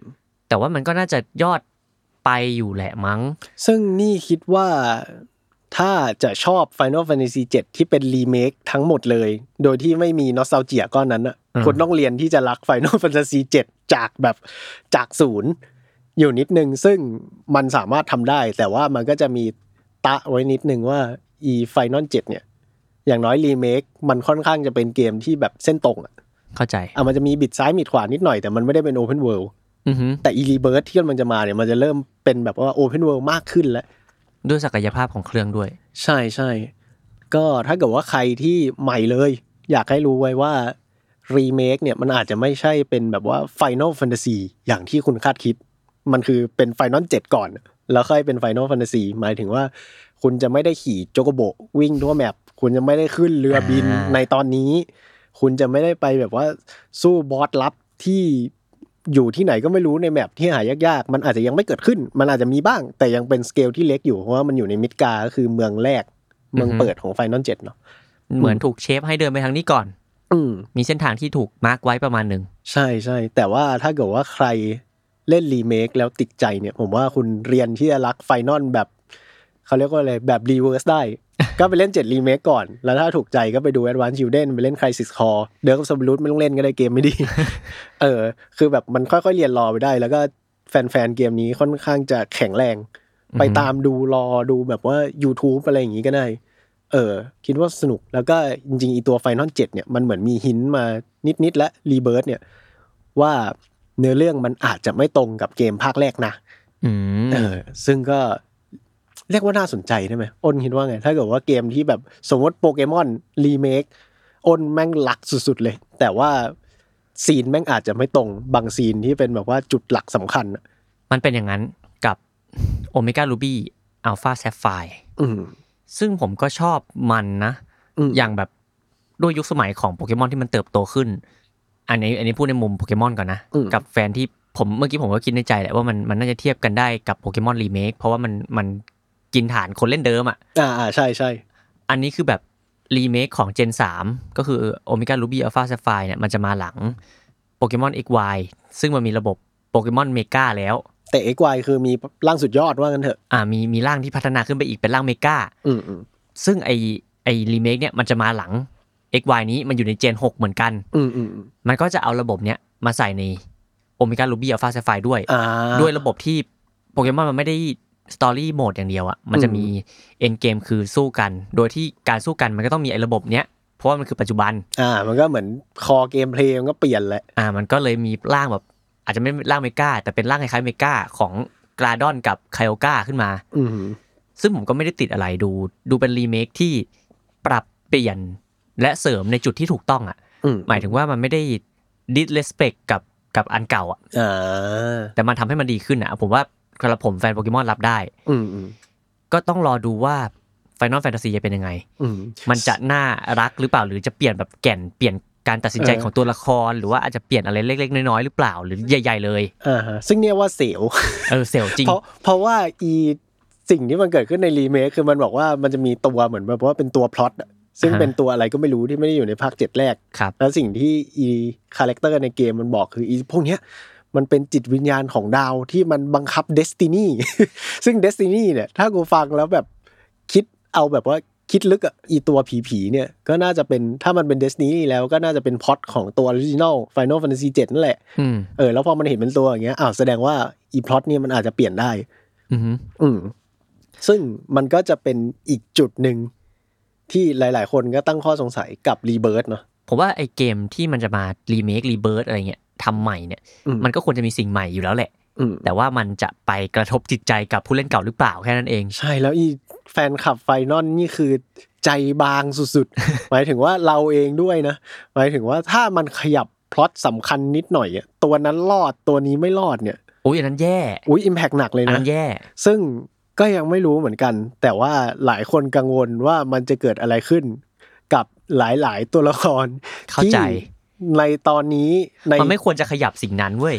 แต่ว่ามันก็น่าจะยอดไปอยู่แหละมั้ง ซึ่งนี่คิดว่าถ้าจะชอบ Final Fantasy 7 ที่เป็นรีเมคทั้งหมดเลย โดยที่ไม่มีนอสเซาเจียก้อนนั้นอะ อืม คนต้องเรียนที่จะรัก Final Fantasy 7 จากแบบจากศูนย์อยู่นิดนึง ซึ่งมันสามารถทำได้ แต่ว่ามันก็จะมีตะไว้นิดนึงว่า e Final 7 เนี่ย อย่างน้อยรีเมคมันค่อนข้างจะเป็นเกมที่แบบเส้นตรงอะ เข้าใจ อ่ะมันจะมีบิดซ้ายบิดขวานิดหน่อยแต่มันไม่ได้เป็น Open World อือฮึ แต่ e Rebirth ที่มันจะมาเนี่ยมันจะเริ่มเป็นแบบว่า Open World มากขึ้นแล้ว ด้วยศักยภาพของเครื่องด้วย ใช่ใช่ก็ถ้าเกิดว่าใครที่ใหม่เลย อยากให้รู้ไว้ว่ารีเมคเนี่ยมันอาจจะไม่ใช่เป็นแบบว่า Final Fantasy อย่างที่คุณคาดคิด มันคือเป็น Final 7 ก่อน แล้วค่อยเป็น Final Fantasy หมายถึงว่า คุณจะไม่ได้ขี่โจโกโบวิ่งทั่วแมปคุณจะไม่ได้ขึ้นเรือบิน อ่า ในตอนนี้ คุณจะไม่ได้ไปแบบว่าสู้บอสลับที่อยู่ที่ไหนก็ไม่รู้ในแมปที่หายากๆ มันอาจจะยังไม่เกิดขึ้น มันอาจจะมีบ้าง แต่ยังเป็นสเกลที่เล็กอยู่เพราะว่ามันอยู่ในมิดกาก็คือเมืองแรก เมืองเปิดของไฟนอลเจ็ดเนาะ เหมือนถูกเชฟให้เดินไปทางนี้ก่อน อืม มีเส้นทางที่ถูกมาร์กไว้ประมาณหนึ่ง ใช่ใช่แต่ว่าถ้าเกิดว่าใครเล่นรีเมคแล้วติดใจเนี่ย ผมว่าคุณเรียนที่จะรักไฟนอลแบบ เขาเรียกว่าอะไร แบบรีเวิร์สได้ ก็ไปเล่นเจ็ดรีเมคก่อน แล้วถ้าถูกใจก็ไปดู Advanced Children ไปเล่น Crisis Core เดิมสมรุตไม่ต้องเล่นก็ได้เกมไม่ดี เออ คือแบบมันค่อยๆเรียนรอไปได้ แล้วก็แฟนๆเกมนี้ค่อนข้างจะแข็งแรง ไปตามดูรอดูแบบว่า YouTube อะไรอย่างนี้ก็ได้ เออ คิดว่าสนุกแล้วก็จริงๆอีตัวไฟนอลเจ็ดเนี่ยมันเหมือนมีหินมานิดๆและรีเบิร์เนี่ย ว่าเนื้อเรื่องมันอาจจะไม่ตรงกับเกมภาคแรกนะ อืม เออ ซึ่งก็เรียกว่าน่าสนใจได้ไหมอ้นคิดว่าไง ถ้าเกิดว่าเกมที่แบบสมมติโปเกมอนรีเมคอ้นแม่งหลักสุดๆเลย แต่ว่าซีนแม่งอาจจะไม่ตรงบางซีนที่เป็นแบบว่าจุดหลักสำคัญอะ มันเป็นอย่างนั้นกับโอเมก้ารูบี้อัลฟาแซฟไฟ อืม ซึ่งผมก็ชอบมันนะ ม อย่างแบบด้วยยุคสมัยของโปเกมอนที่มันเติบโตขึ้น อันนี้อันนี้พูดในมุมโปเกมอนก่อนนะ อืม กับแฟนที่ผมเมื่อกี้ผมก็คิดในใจแหละว่ามันมันน่าจะเทียบกันได้กับโปเกมอนรีเมคเพราะว่ามันมันกินฐานคนเล่นเดิมอ่ะ อ่าอ่าใช่ใช่ อันนี้คือแบบรีเมคของ Gen 3 ก็คือ Omega Ruby Alpha Sapphire เนี่ยมันจะมาหลัง Pokemon XY ซึ่งมันมีระบบ Pokemon Mega แล้ว แต่เอกวายคือมีร่างสุดยอดว่างั้นเถอะ อ่ามีมีร่างที่พัฒนาขึ้นไปอีกเป็นร่าง Mega อืมอืม ซึ่งไอไอรีเมคเนี่ยมันจะมาหลัง XY นี้มันอยู่ใน Gen 6 เหมือนกัน อืมอืมอืม มันก็จะเอาระบบเนี้ยมาใส่ใน Omega Ruby Alpha Sapphire ด้วย อ่า ด้วยระบบที่โปเกมอนมันไม่ได้สตอรี่โหมดอย่างเดียวอะมันจะมีเอ็นเกมคือสู้กัน โดยที่การสู้กันมันก็ต้องมีไอ้ระบบเนี้ย เพราะว่ามันคือปัจจุบัน อ่า มันก็เหมือนคอเกมเพลย์มันก็เปลี่ยนแหละ อ่ามันก็เลยมีร่างแบบ อาจจะไม่ร่างเมกาแต่เป็นร่างคล้ายๆเมกาของกราดอนกับไคโอกาขึ้นมา อืม ซึ่งผมก็ไม่ได้ติดอะไรดู ดูเป็นรีเมคที่ปรับเปลี่ยนและเสริมในจุดที่ถูกต้องอะ่ะ อืม หมายถึงว่ามันไม่ได้ disrespect กับกับอันเก่าอะ่ะ อ่า แต่มันทำให้มันดีขึ้นอะ่ะ ผมว่าสำหรับผมแฟนโปเกมอนรับได้ อืมอืม ก็ต้องรอดูว่า Final Fantasy จะเป็นยังไง อืม มันจะน่ารักหรือเปล่าหรือจะเปลี่ยนแบบแก่นเปลี่ยนการตัดสินใจ เออ ของตัวละคร หรือว่าอาจจะเปลี่ยนอะไรเล็กๆน้อยๆหรือเปล่าหรือใหญ่ ๆ เลย อ่าฮะซึ่งเนี่ยว่าเสียว เออเซลจริง เพราะเพราะว่าอีสิ่งที่มันเกิดขึ้นในรีเมคคือมันบอกว่ามันจะมีตัวเหมือนแบบว่าเป็นตัวพล็อตอะซึ่ง อ่าฮะ เป็นตัวอะไรก็ไม่รู้ที่ไม่ได้อยู่ในภาคเจ็ดแรก ครับ แล้วสิ่งที่อีคาแรคเตอร์ในเกมมันบอกคืออีพวกเนี้ยมันเป็นจิตวิญญาณของดาวที่มันบัง คับเดสตินี ซึ่งเดสตินีเนี่ยถ้ากูฟังแล้วแบบคิดเอาแบบว่า คิดลึกอ่ะอีตัวผีผีๆเนี่ยก็น่าจะเป็นถ้ามันเป็นเดสนีแล้วก็น่าจะเป็นพล็อตของตัวออริจินอล Final Fantasy 7นั่นแหละ อืม เออแล้วพอมันเห็นเป็นตัวอย่างเงี้ยอ้าวแสดงว่าอีพล็อตเนี่ยมันอาจจะเปลี่ยนได้ อือหือ อืมซึ่งมันก็จะเป็นอีกจุดหนึ่งที่หลาย ๆ คนก็ตั้งข้อสงสัยกับรีเบิร์เนาะ ผมว่าไอ้เกมที่มันจะมารีเมครีเบิร์อะไรเงี้ยทำใหม่เนี่ย อืม มันก็ควรจะมีสิ่งใหม่อยู่แล้วแหละ อืม แต่ว่ามันจะไปกระทบจิตใจกับผู้เล่นเก่าหรือเปล่าแค่นั้นเอง ใช่แล้วอีแฟนคลับไฟนอลนี่คือใจบางสุด ๆ หมายถึงว่าเราเองด้วยนะ หมายถึงว่าถ้ามันขยับพล็อตสำคัญนิดหน่อยอะตัวนั้นรอดตัวนี้ไม่รอดเนี่ย โอ้ยอันนั้นแย่ อุ้ยอิมแพกหนักเลย อัน นะ นั้นแย่ ซึ่งก็ยังไม่รู้เหมือนกัน แต่ว่าหลายคนกังวลว่ามันจะเกิดอะไรขึ้น กับหลายๆ ตัวละคร เข้าใจ ที่ในตอนนี้ใน มันไม่ควรจะขยับสิ่งนั้นเว้ย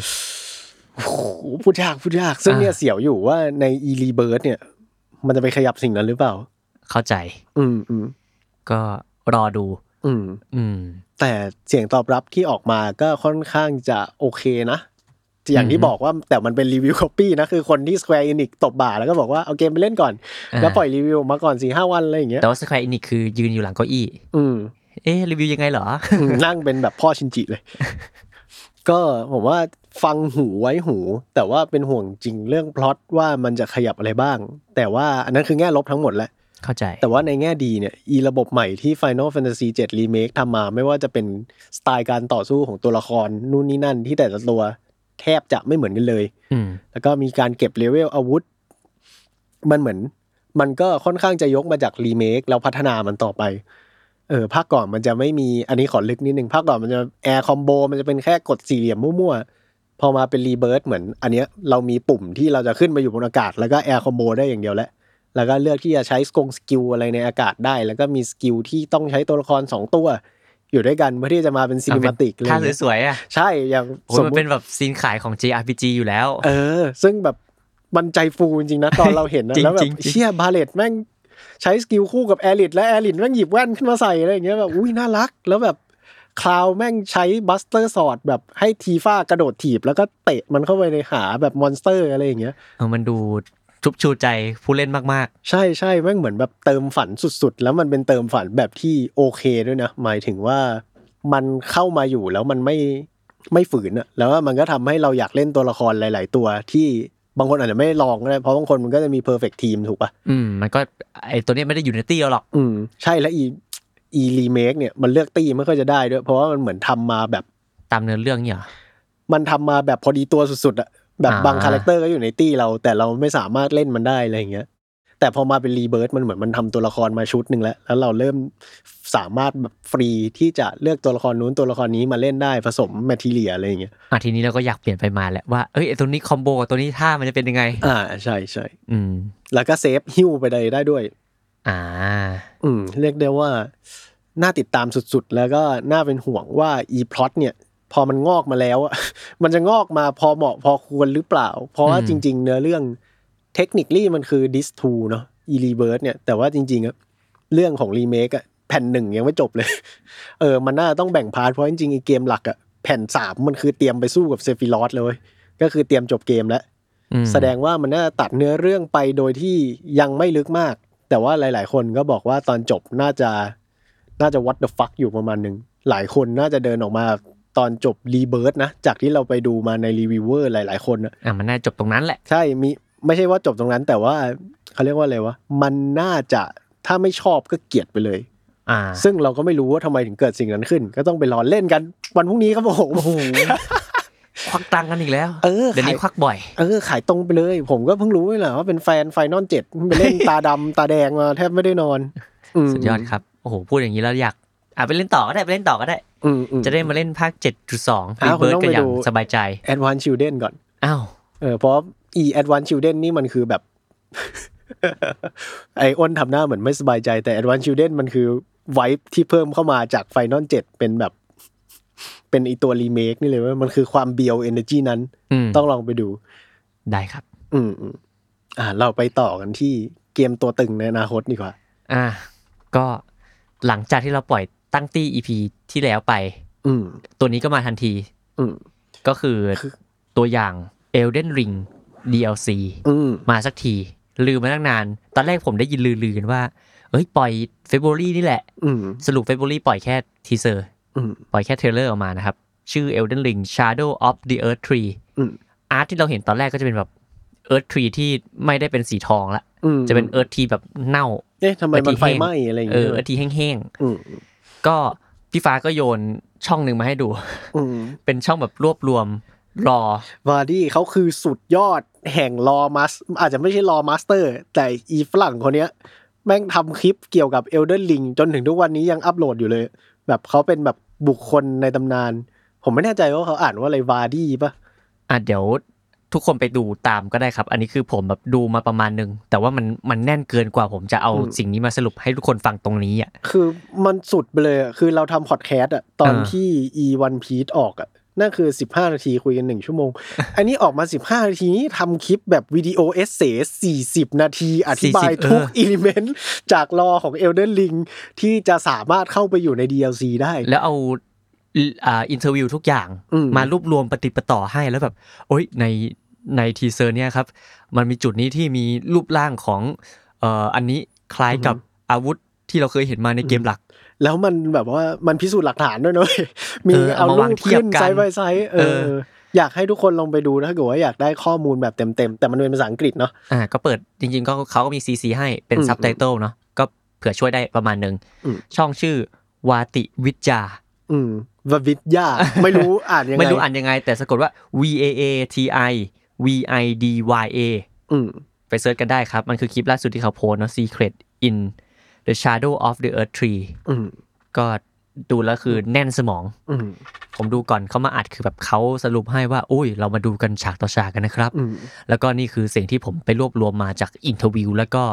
โอ้โหพูดยากพูดยาก ซึ่งเนี่ย อ่า เสียวอยู่ว่าในอีรีเบิร์ดเนี่ย มันจะไปขยับสิ่งนั้นหรือเปล่า เข้าใจ อืมอืม ก็รอดู อืม อืม แต่เสียงตอบรับที่ออกมาก็ค่อนข้างจะโอเคนะ อย่างที่ อืม บอกว่าแต่มันเป็นรีวิวคอปปี้นะ คือคนที่ Square Enix ตบบ่าแล้วก็บอกว่าเอาเกมไปเล่นก่อน แล้วปล่อยรีวิวมาก่อนสี่ห้าวันอะไรอย่างเงี้ย แต่ว่าสแควร์อินิกคือยืนอยู่หลังเก้าอี้ อืม เอ๊ะรีวิวยังไงเหรอ อืมนั่งเป็นแบบพ่อชินจิเลย ก็ผมว่าฟังหูไว้หู แต่ว่าเป็นห่วงจริงเรื่องพล็อตว่ามันจะขยับอะไรบ้าง แต่ว่าอันนั้นคือแง่ลบทั้งหมดแหละ เข้าใจ แต่ว่าในแง่ดีเนี่ย อีระบบใหม่ที่ Final Fantasy 7 Remake ทำมาไม่ว่าจะเป็นสไตล์การต่อสู้ของตัวละครนู่นนี่นั่นที่แต่ละตัวแทบจะไม่เหมือนกันเลย อืม แล้วก็มีการเก็บเลเวลอาวุธ มันเหมือน มันก็ค่อนข้างจะยกมาจากรีเมคแล้วพัฒนามันต่อไป เออภาคก่อนมันจะไม่มีอันนี้ขอลึกนิดนึงภาคก่อนมันจะแอร์คอมโบมันจะเป็นแค่กดสี่เหลี่ยมมั่วๆ พอมาเป็นรีเบิร์เหมือน อันเนี้ยเรามีปุ่มที่เราจะขึ้นมาอยู่บนอากาศ แล้วก็แอร์คอมโบได้อย่างเดียวแล้ว แล้วก็เลือกที่จะใช้สกงสกิลอะไรในอากาศได้ แล้วก็มีสกิลที่ต้องใช้ตัวละครสองตัว อยู่ด้วยกันเพื่อที่จะมาเป็นซินิมาติกอะไรอ ถ้า ย่างเลย สวยๆอ่ะ ใช่อย่าง โอ้ย สม มัน มติ เป็นแบบซีนขายของ JRPG อยู่แล้ว เออ ซึ่งแบบมันใจฟูจริงๆนะ ตอนเราเห็นนะ จริงๆ แล้วแบ จริ บ งๆ เชี่ยบาเลตแม่งใช้สกิลคู่กับแอริทและแอริทแม่งหยิบแว่นขึ้นมาใส่อะไรอย่างเงี้ยแบบอุ้ยน่ารัก แล้วแบบคลาวแม่งใช้บัสเตอร์สอดแบบให้ทีฟ้ากระโดดถีบ แล้วก็เตะมันเข้าไปในหาแบบมอนสเตอร์อะไรอย่างเงี้ย เออมันดูชุบชูใจผู้เล่นมาก ใช่ใช่แม่งเหมือนแบบเติมฝันสุดๆ แล้วมันเป็นเติมฝันแบบที่โอเคด้วยนะหมายถึงว่ามันเข้ามาอยู่แล้วมันไม่ไม่ฝืนอะแล้วมันก็ทำให้เราอยากเล่นตัวละครหลาย ๆ ตัวที่บางคนอาจจะไม่ได้ลองก็ได้เพราะบางคนมันก็จะมี perfect team ถูกปะ ๆ อืม มันก็ไอตัวเนี้ยไม่ได้อยู่ในตี้เราหรอก อืมใช่แล้วอีอีรีเมคเนี่ยมันเลือกตีไม่ค่อยจะได้ด้วย เพราะว่ามันเหมือนทำมาแบบ ตามเนื้อเรื่องเนี่ยเหรอ มันทำมาแบบพอดีตัวสุดๆอะแบบ อ่า บางคาแรคเตอร์ก็อยู่ในตีเรา แต่เราไม่สามารถเล่นมันได้อะไรอย่างเงี้ย แต่พอมาเป็นรีเบิร์มันเหมือนมันทำตัวละครมาชุดหนึ่งแล้ว แล้วเราเริ่มสามารถแบบฟรีที่จะเลือกตัวละครนู้นตัวละครนี้มาเล่นได้ผสมแมทเทียอะไรอย่างเงี้ย อ่ะทีนี้เราก็อยากเปลี่ยนไปมาแหละว่าเอ้ยไอตัวนี้คอมโบกับตัวนี้ท่ามันจะเป็นยังไง อ่าใช่ใช่ อืม แล้วก็เซฟฮิ้วไปได้ได้ด้วย อ่า อืมเรียกได้ว่าน่าติดตามสุดๆ แล้วก็น่าเป็นห่วงว่าอีพล o ตเนี่ย พอมันงอกมาแล้วอะ มันจะงอกมาพอเหมาะพอควรหรือเปล่า เพราะว่า อืม จริง ๆ เนื้อเรื่องเทคนิคลี่มันคือดิสทูเนาะอีรีเบิร์เนี่ย แต่ว่าจริงๆอะเรื่องของรีเมคอะแผ่นหนึ่งยังไม่จบเลย เออ มันน่าต้องแบ่งพาร์ทเพราะจริงๆไอีเกมหลักอะแผ่นสามมันคือเตรียมไปสู้กับเซฟิลอสเลย ก็คือเตรียมจบเกมแล้ว อืม แสดงว่ามันน่าจะตัดเนื้อเรื่องไปโดยที่ยังไม่ลึกมาก แต่ว่าหลาย ๆ คนก็บอกว่าตอนจบน่าจะน่าจะ what the fuck อยู่ประมาณหนึ่งหลายคนน่าจะเดินออกมาตอนจบรีเบิร์นะ จากที่เราไปดูมาในรีวิวเวอร์หลาย ๆ คนน่ะ อ่ะมันน่าจะจบตรงนั้นแหละ ใช่มีไม่ใช่ว่าจบตรงนั้น แต่ว่าเขาเรียกว่าอะไรวะมันน่าจะถ้าไม่ชอบก็เกลียดไปเลย อ่า ซึ่งเราก็ไม่รู้ว่าทำไมถึงเกิดสิ่งนั้นขึ้น ก็ต้องไปรอเล่นกันวันพรุ่งนี้ครับผม โอ้โห ควักตังค์กันอีกแล้ว เออ เดี๋ยว ใคร นี้ควักบ่อย เออขายตรงไปเลย ผมก็เพิ่งรู้เลยแหละว่าเป็นแฟนไฟนอลเจ็ดไป เล่น ตาดำตาแดงมาแทบไม่ได้นอนม สุดยอดครับ โอ้โห พูดอย่างนี้แล้วอยาก อ่ะไปเล่นต่อก็ได้ไปเล่นต่อก็ได้ อืมอืม จะได้มาเล่นภาค 7.2รี อ้าว เบิร์ด คุณต้อง กัน ไป อย่า ดู งสบายใจ Advanced Children ก่อน อ้าว เออเพราะอี Advanced Children นี่มันคือแบบ ไออ้นทำหน้าเหมือนไม่สบายใจแต่ Advanced Children มันคือไวท์ที่เพิ่มเข้ามาจากไฟนอลเจ็ดเป็นแบบ เป็นไอีตัวรีเมคนี่เลยเว่ามันคือความเบียวเอเนจีนั้น อืม ต้องลองไปดู ได้ครับ อืมอืมอ่า เราไปต่อกันที่เกมตัวตึงในอนาคตดีกว่า อ่ะก็หลังจากที่เราปล่อยตั้งตี้ EP ที่แล้วไป อืม ตัวนี้ก็มาทันที อืม ก็คือ คือ ตัวอย่าง Elden Ring DLC อืม มาสักที ลืมมาตั้งนาน ตอนแรกผมได้ยินลือๆกันว่า เอ้ยปล่อยเฟบ r รีนี่แหละ อืม สรุปเฟบ r รีปล่อยแค่ทีเซอร์ อืม ปล่อยแค่เทรลเลอร์ออกมานะครับ ชื่อ Elden Ring Shadow of the Earth Tree อืม อาร์ตที่เราเห็นตอนแรกก็จะเป็นแบบ Earth Tree ที่ไม่ได้เป็นสีทองละ อืม จะเป็น Earth Tree แบบเน่า เอ๊ะทำไมมันไฟไหม้อะไรอย่าง เอ เงี้ อ ย Earth Tree แห้ง อืม ๆ ก็พี่ฟ้าก็โยนช่องหนึ่งมาให้ดู อืม เป็นช่องแบบรวบรวมรอ วาร์ดี้เขาคือสุดยอดแห่งลอมัส อาจจะไม่ใช่ลอมาสเตอร์ แต่อีฝรั่งคนเนี้ย แม่งทำคลิปเกี่ยวกับเอลเดอร์ลิงจนถึงทุกวันนี้ยังอัปโหลดอยู่เลย แบบเขาเป็นแบบบุคคลในตำนาน ผมไม่แน่ใจว่าเขาอ่านว่าอะไรวาร์ดี้ปะ อ่ะเดี๋ยวทุกคนไปดูตามก็ได้ครับ อันนี้คือผมแบบดูมาประมาณหนึง แต่ว่ามันมันแน่นเกินกว่าผมจะเอาสิ่งนี้มาสรุปให้ทุกคนฟังตรงนี้อ่ะ คือมันสุดไปเลยอะคือเราทำพอดแคสต์อะตอน อ่า ที่อีวันพีทออกอะนั่นคือ 15 นาทีคุยกันหนึ่งชั่ว โมง อันนี้ออกมา 15 นาทีนี่ทำคลิปแบบวิดีโอเอเซ40 นาที อธิบาย 40เออ ทุกอิเลเมนต์ จากลอของ Elden Ring ที่จะสามารถเข้าไปอยู่ใน DLC ได้ แล้วเอาอิอ่าอินเทอร์วิวทุกอย่าง อืม มารวบรวมปฏิดปะต่อให้แล้วแบบ โอ๊ยในในทีเซอร์เนี่ยครับ มันมีจุดนี้ที่มีรูปร่างของเอ่ออันนี้คล้ายกับอาวุธที่เราเคยเห็นมาในเกมหลัก แล้วมันแบบว่ามันพิสูจน์หลักฐานด้วยเนอะ มี เออ เอา เอามา รู วาง ป เทีย ขึ้ บ น กัน ไซด์ไ s ไซด์เอ เอ อ อ อยากให้ทุกคนลองไปดูนะถ้าเกิดว่าอยากได้ข้อมูลแบบเต็มๆ แต่มันเป็นภาษาอังกฤษเนาะ อ่าก็เปิดจริงๆก็เขาก็มี CC ให้เป็น อืม ซับไตเติลเนาะก็เผื่อช่วยได้ประมาณหนึง อืม ช่องชื่อวาติวิจา อืมววิทยา ไม่รู้อ่านยังไง ไม่รู้อ่านยังไง แต่สะกดว่า V A A T I V I D Y A อืม ไปเซิร์ชกันได้ครับ มันคือคลิปล่าสุดที่เขาโพสต์เนอะ Secret in the Shadow of the Earth Tree อืม ก็ดูแล้วคือแน่นสมอง อืม ผมดูก่อนเขามาอัดคือแบบเขาสรุปให้ว่า อุ้ย เรามาดูกันฉากต่อฉากกันนะครับ อืม แล้วก็นี่คือสิ่งที่ผมไปรวบรวมมาจากอินเทอร์วิว แล้วก็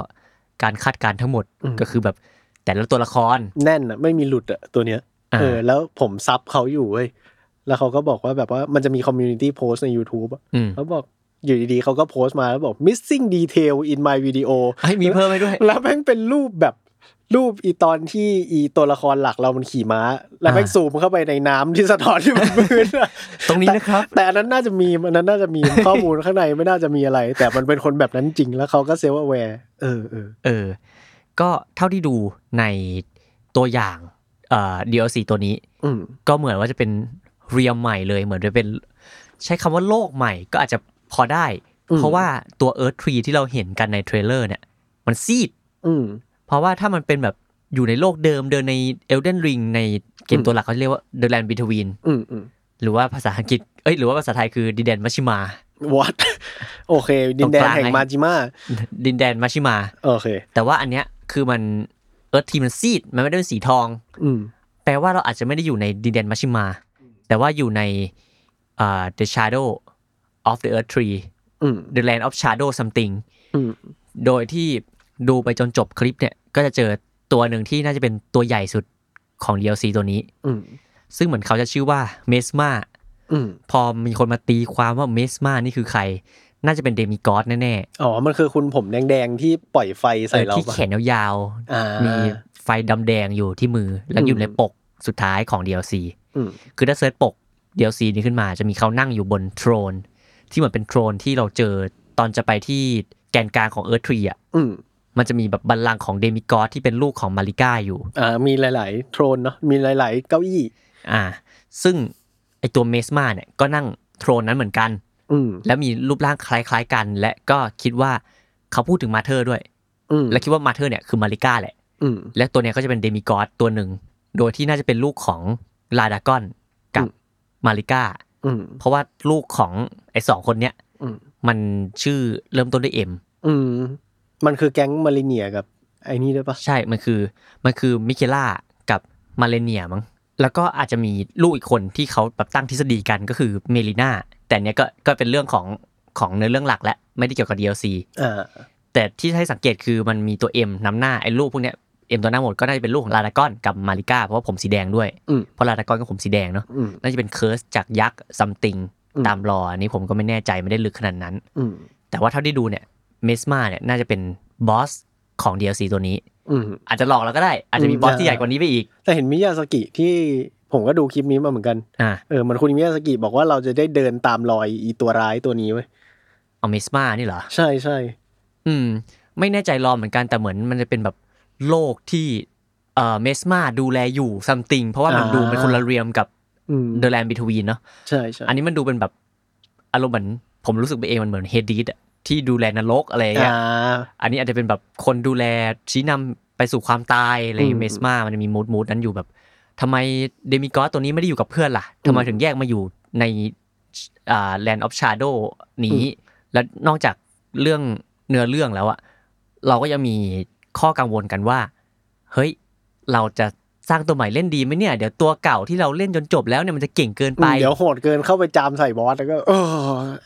การคาดการณ์ทั้งหมดก็คือแบบแต่ละตัวละคร แน่นอะไม่มีหลุดอะตัวเนี้ย อ่า เออ แล้วผมซับเขาอยู่เว้ยแล้วเขาก็บอกว่าแบบว่ามันจะมีคอมมูนิตี้โพสใน YouTube อะ อืม เขาบอกอยู่ดีๆเขาก็โพสต์มาแล้วบอก missing detail in my video ให้ยมีเพิ่มให้ด้วย แล้วแม่งเป็นรูปแบบรูปอีตอนที่อีตัวละครหลักเรามันขี่ม้า แล้วแม่ง อ่า ซูมเข้าไปในน้ำที่สะท้อนอยู่บนพื้น อะ ตรงนี้นะครับ แต่อันนั้นน่าจะมีมอันนั้นน่าจะมีมข้อมูลข้างในไม่น่าจะมีอะไร แต่มันเป็นคนแบบนั้นจริงแล้วเขาก็เซลล์แวร์เออเออ เออ ก็เท่าที่ดูในตัวอย่างเอ่อ DLC ตัวนี้ อืม ก็เหมือนว่าจะเป็นเรียมใหม่เลย เหมือนจะเป็น ใช้คำว่าโลกใหม่ก็อาจจะพอได้ อืม เพราะว่าตัว Earth Tree ที่เราเห็นกันในเทรลเลอร์เนี่ย มันซีด อืม เพราะว่าถ้ามันเป็นแบบอยู่ในโลกเดิมเดินใน Elden Ring ในเกมตัวหลักเขาเรียกว่า The Land Between อืมอืม หรือว่าภาษาอังกฤษเอ้ยหรือว่าภาษาไทยคือดินแดนมัชชิมา what โอเค ดินแดนแห่ง ตรงกลางไหม มาจิมา ดินแดนมัชชิมา โอเค แต่ว่าอันเนี้ยคือมัน Earth Tree มันซีดมันไม่ได้เป็นสีทอง อืม แปลว่าเราอาจจะไม่ได้อยู่ในดินแดนมัชชิมา แต่ว่าอยู่ในอ่า the shadow of the earth tree อืม the land of shadow something อืม โดยที่ดูไปจนจบคลิปเนี่ย ก็จะเจอตัวหนึ่งที่น่าจะเป็นตัวใหญ่สุดของ DLC ตัวนี้ อืม ซึ่งเหมือนเขาจะชื่อว่าเมสมา อืม พอมีคนมาตีความว่าเมสมานี่คือใคร น่าจะเป็นเดมิกอสแน่ อ๋อ มันคือคุณผมแดงๆที่ปล่อยไฟ ๆ ใส่เรา ที่ ปะ แขนยาว อ่า ๆ มี มีไฟดำแดงอยู่ที่มือและอยู่ในปกสุดท้ายของ DLC อืม คือถ้าเซิร์ชปก DLC นี้ขึ้นมาจะมีเขานั่งอยู่บนโทรน ที่เหมือนเป็นโทรนที่เราเจอตอนจะไปที่แกนกลางของเอิร์ธทรีอ่ะ อืม มันจะมีแบบบัลลังก์ของเดมิกอสที่เป็นลูกของมาริก้าอยู่ อ่า มีหลายๆ โทรนเนาะ มีหลายๆ เก้าอี้ อ่า ซึ่งไอตัวเมสมาเนี่ยก็นั่งโทรนนั้นเหมือนกัน อืม แล้วมีรูปร่างคล้าย ๆกัน และก็คิดว่าเขาพูดถึงมาเธอร์ด้วย อืม และคิดว่ามาเธอร์เนี่ยคือมาริก้าแหละ อืม และตัวเนี้ยก็จะเป็นเดมิกอสตัวหนึ่งโดยที่น่าจะเป็นลูกของลาดากอนกับ อืม มาริก้า อืม เพราะว่าลูกของไอ้สองคนเนี้ย อืม มันชื่อเริ่มต้นด้วยเอ็ม อืม มันคือแก๊งมาริเนียกับ ไอ้นี่ด้วยปะ ใช่ มันคือมันคือมิเคล่ากับมาเลเนียมั้งแล้วก็อาจจะมีลูกอีกคนที่เขาแบบตั้งทฤษฎีกันก็คือเมลิน่าแต่เนี้ยก็ก็เป็นเรื่องของของเนื้อเรื่องหลักและไม่ได้เกี่ยวกับ DLC อ่า แต่ที่ให้สังเกตคือมันมีตัวเอ็มนำหน้าไอ้ลูกพวกเนี้ยเอ็มตัวหน้าหมดก็น่าจะเป็นลูกของลาดากอนกับมาริก้าเพราะว่าผมสีแดงด้วย อืม เพราะลาดากอนก็ผมสีแดงเนาะ อืม น่าจะเป็นเคิร์สจากยักษ์ซัมติง อืม ตามรออันนี้ผมก็ไม่แน่ใจไม่ได้ลึกขนาดนั้น อืม แต่ว่าเท่าที่ดูเนี่ยเมสมาเนี่ยน่าจะเป็นบอสของ DLC ตัวนี้ อืม อาจจะหลอกเราก็ได้ อาจจะมี อืม บอสที่ใหญ่กว่านี้ไปอีก แต่เห็นมิยาสกิที่ผมก็ดูคลิปนี้มาเหมือนกัน อ่า เออ มันคุณมิยาสกิบอกว่าเราจะได้เดินตามรอยอีตัวร้ายตัวนี้เว้ย เอาเมสมานี่เหรอ ใช่ใช่ อืม ไม่แน่ใจรอเหมือนกันแต่เหมือนมันจะเป็นแบบ โลกที่เอ่อเมสมาดูแลอยู่ซัมติงเพราะว่ามัน อ่า ดูเป็นคนละเรียมกับ อืม เดอะแลนด์บิทวีนเนาะ ใช่ใช่ อันนี้มันดูเป็นแบบอารมณ์เหมือนผมรู้สึกไปเองมันเหมือนเฮดิสที่ดูแลนรกอะไรอย่างเงี้ย อ่า อันนี้อาจจะเป็นแบบคนดูแลชี้นำไปสู่ความตายอะไร อืม เมสมามันจะมีมูดมูดนั้นอยู่แบบทำไมเดมิกอสตัวนี้ไม่ได้อยู่กับเพื่อนล่ะทำไมถึงแยกมาอยู่ในอ่าแลนด์ออฟชาโดนี้ และนอกจากเรื่องเนื้อเรื่องแล้วอะเราก็ยังมีข้อกังวลกันว่า เฮ้ย เราจะสร้างตัวใหม่เล่นดีไหมเนี่ย เดี๋ยวตัวเก่าที่เราเล่นจนจบแล้วเนี่ยมันจะเก่งเกินไป เดี๋ยวโหดเกินเข้าไปจามใส่บอสแล้วก็เอ อ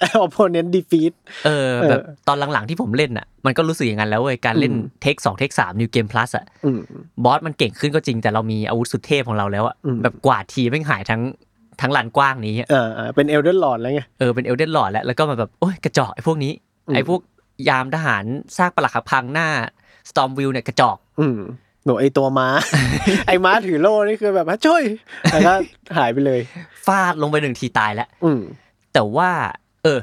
แอลโพเนนต์ดีฟีต เออแบบ เออ ตอนหลังๆที่ผมเล่นอ่ะมันก็รู้สึกอย่างนั้นแล้วเว้ยการเล่น อืม เทคสองเทคสามนิวเกมพลัสอ่ะ อืม บอสมันเก่งขึ้นก็จริงแต่เรามีอาวุธสุดเทพของเราแล้วอะ อืม แบบกวาดทีไม่งหายทั้งทั้งลานกว้างนี้อะ เออเออเป็นเอลเดนหลอนแล้วไง เออเป็นเอลเดนหลอดแล้ว แล้วก็มาแบบ โอ้ยกระจอกไอ้พวกนี้ อืม ไอ้พวกยามทหารซากปลักหักพังหน้าสตอมวิลเนี่ยกระจอก อืมหนูไอตัวม้า ไอม้าถือโล่นี่คือแบบว่าช่วยแล้วก็หายไปเลย ฟาดลงไปหนึ่งทีตายแล้ว อืม แต่ว่า เออ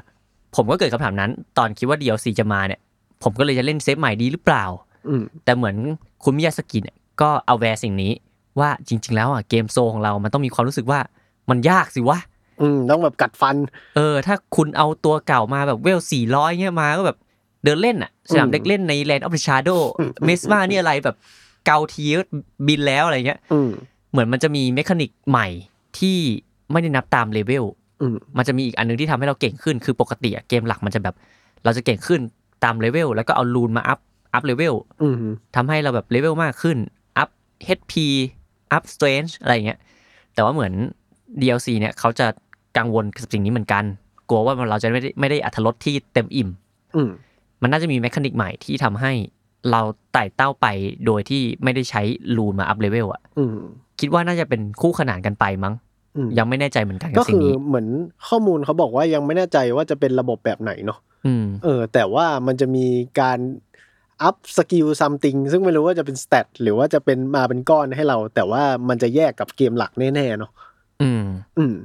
ผมก็เกิดคำถามนั้น ตอนคิดว่า DLC จะมาเนี่ย ผมก็เลยจะเล่นเซฟใหม่ดีหรือเปล่า อืม แต่เหมือนคุณมิยาสกิเนี่ยก็เอาแวร์สิ่งนี้ ว่าจริง ๆ แล้วอ่ะเกมโซของเรามันต้องมีความรู้สึกว่ามันยากสิวะ อืม ต้องแบบกัดฟัน เออถ้าคุณเอาตัวเก่ามาแบบเวลสี่ร้อยเงี้ยมาก็แบบเดินเล่นอะสนาม อืม เด็กเล่นใน Land of the Shadow อืม เมสมาเนี่ยอะไรแบบเกาทีก็บินแล้วอะไรเงี้ย อืม เหมือนมันจะมีเมคานิกใหม่ที่ไม่ได้นับตามเลเวล อืม มันจะมีอีกอันนึงที่ทำให้เราเก่งขึ้นคือปกติอะเกมหลักมันจะแบบ เราจะเก่งขึ้นตามเลเวลแล้วก็เอาลูนมาอัพอัพเลเวล อืม ทำให้เราแบบเลเวลมากขึ้นอัพ HP อัพ Strange อะไรเงี้ยแต่ว่าเหมือน DLC เนี่ยเขาจะกังวลกับสิ่งนี้เหมือนกัน กลัวว่าเราจะไม่ได้ไม่ได้อัธรสที่เต็มอิ่ม อืม มันน่าจะมีแมคานิกใหม่ที่ทำให้เราไต่เต้าไปโดยที่ไม่ได้ใช้ลูนมาอัพเลเวลอะ อืม คิดว่าน่าจะเป็นคู่ขนานกันไปมั้ง อืม ยังไม่แน่ใจเหมือนกันกั ก็ บสิ่ คื ง อ นี้ เหมือนข้อมูลเขาบอกว่ายังไม่แน่ใจว่าจะเป็นระบบแบบไหนเนาะ อืม เออ แต่ว่ามันจะมีการอัพสกิลซัมติงซึ่งไม่รู้ว่าจะเป็นสเตตหรือว่าจะเป็นมาเป็นก้อนให้เรา แต่ว่ามันจะแยกกับเกมหลักแน่ๆเนาะ อืม อืม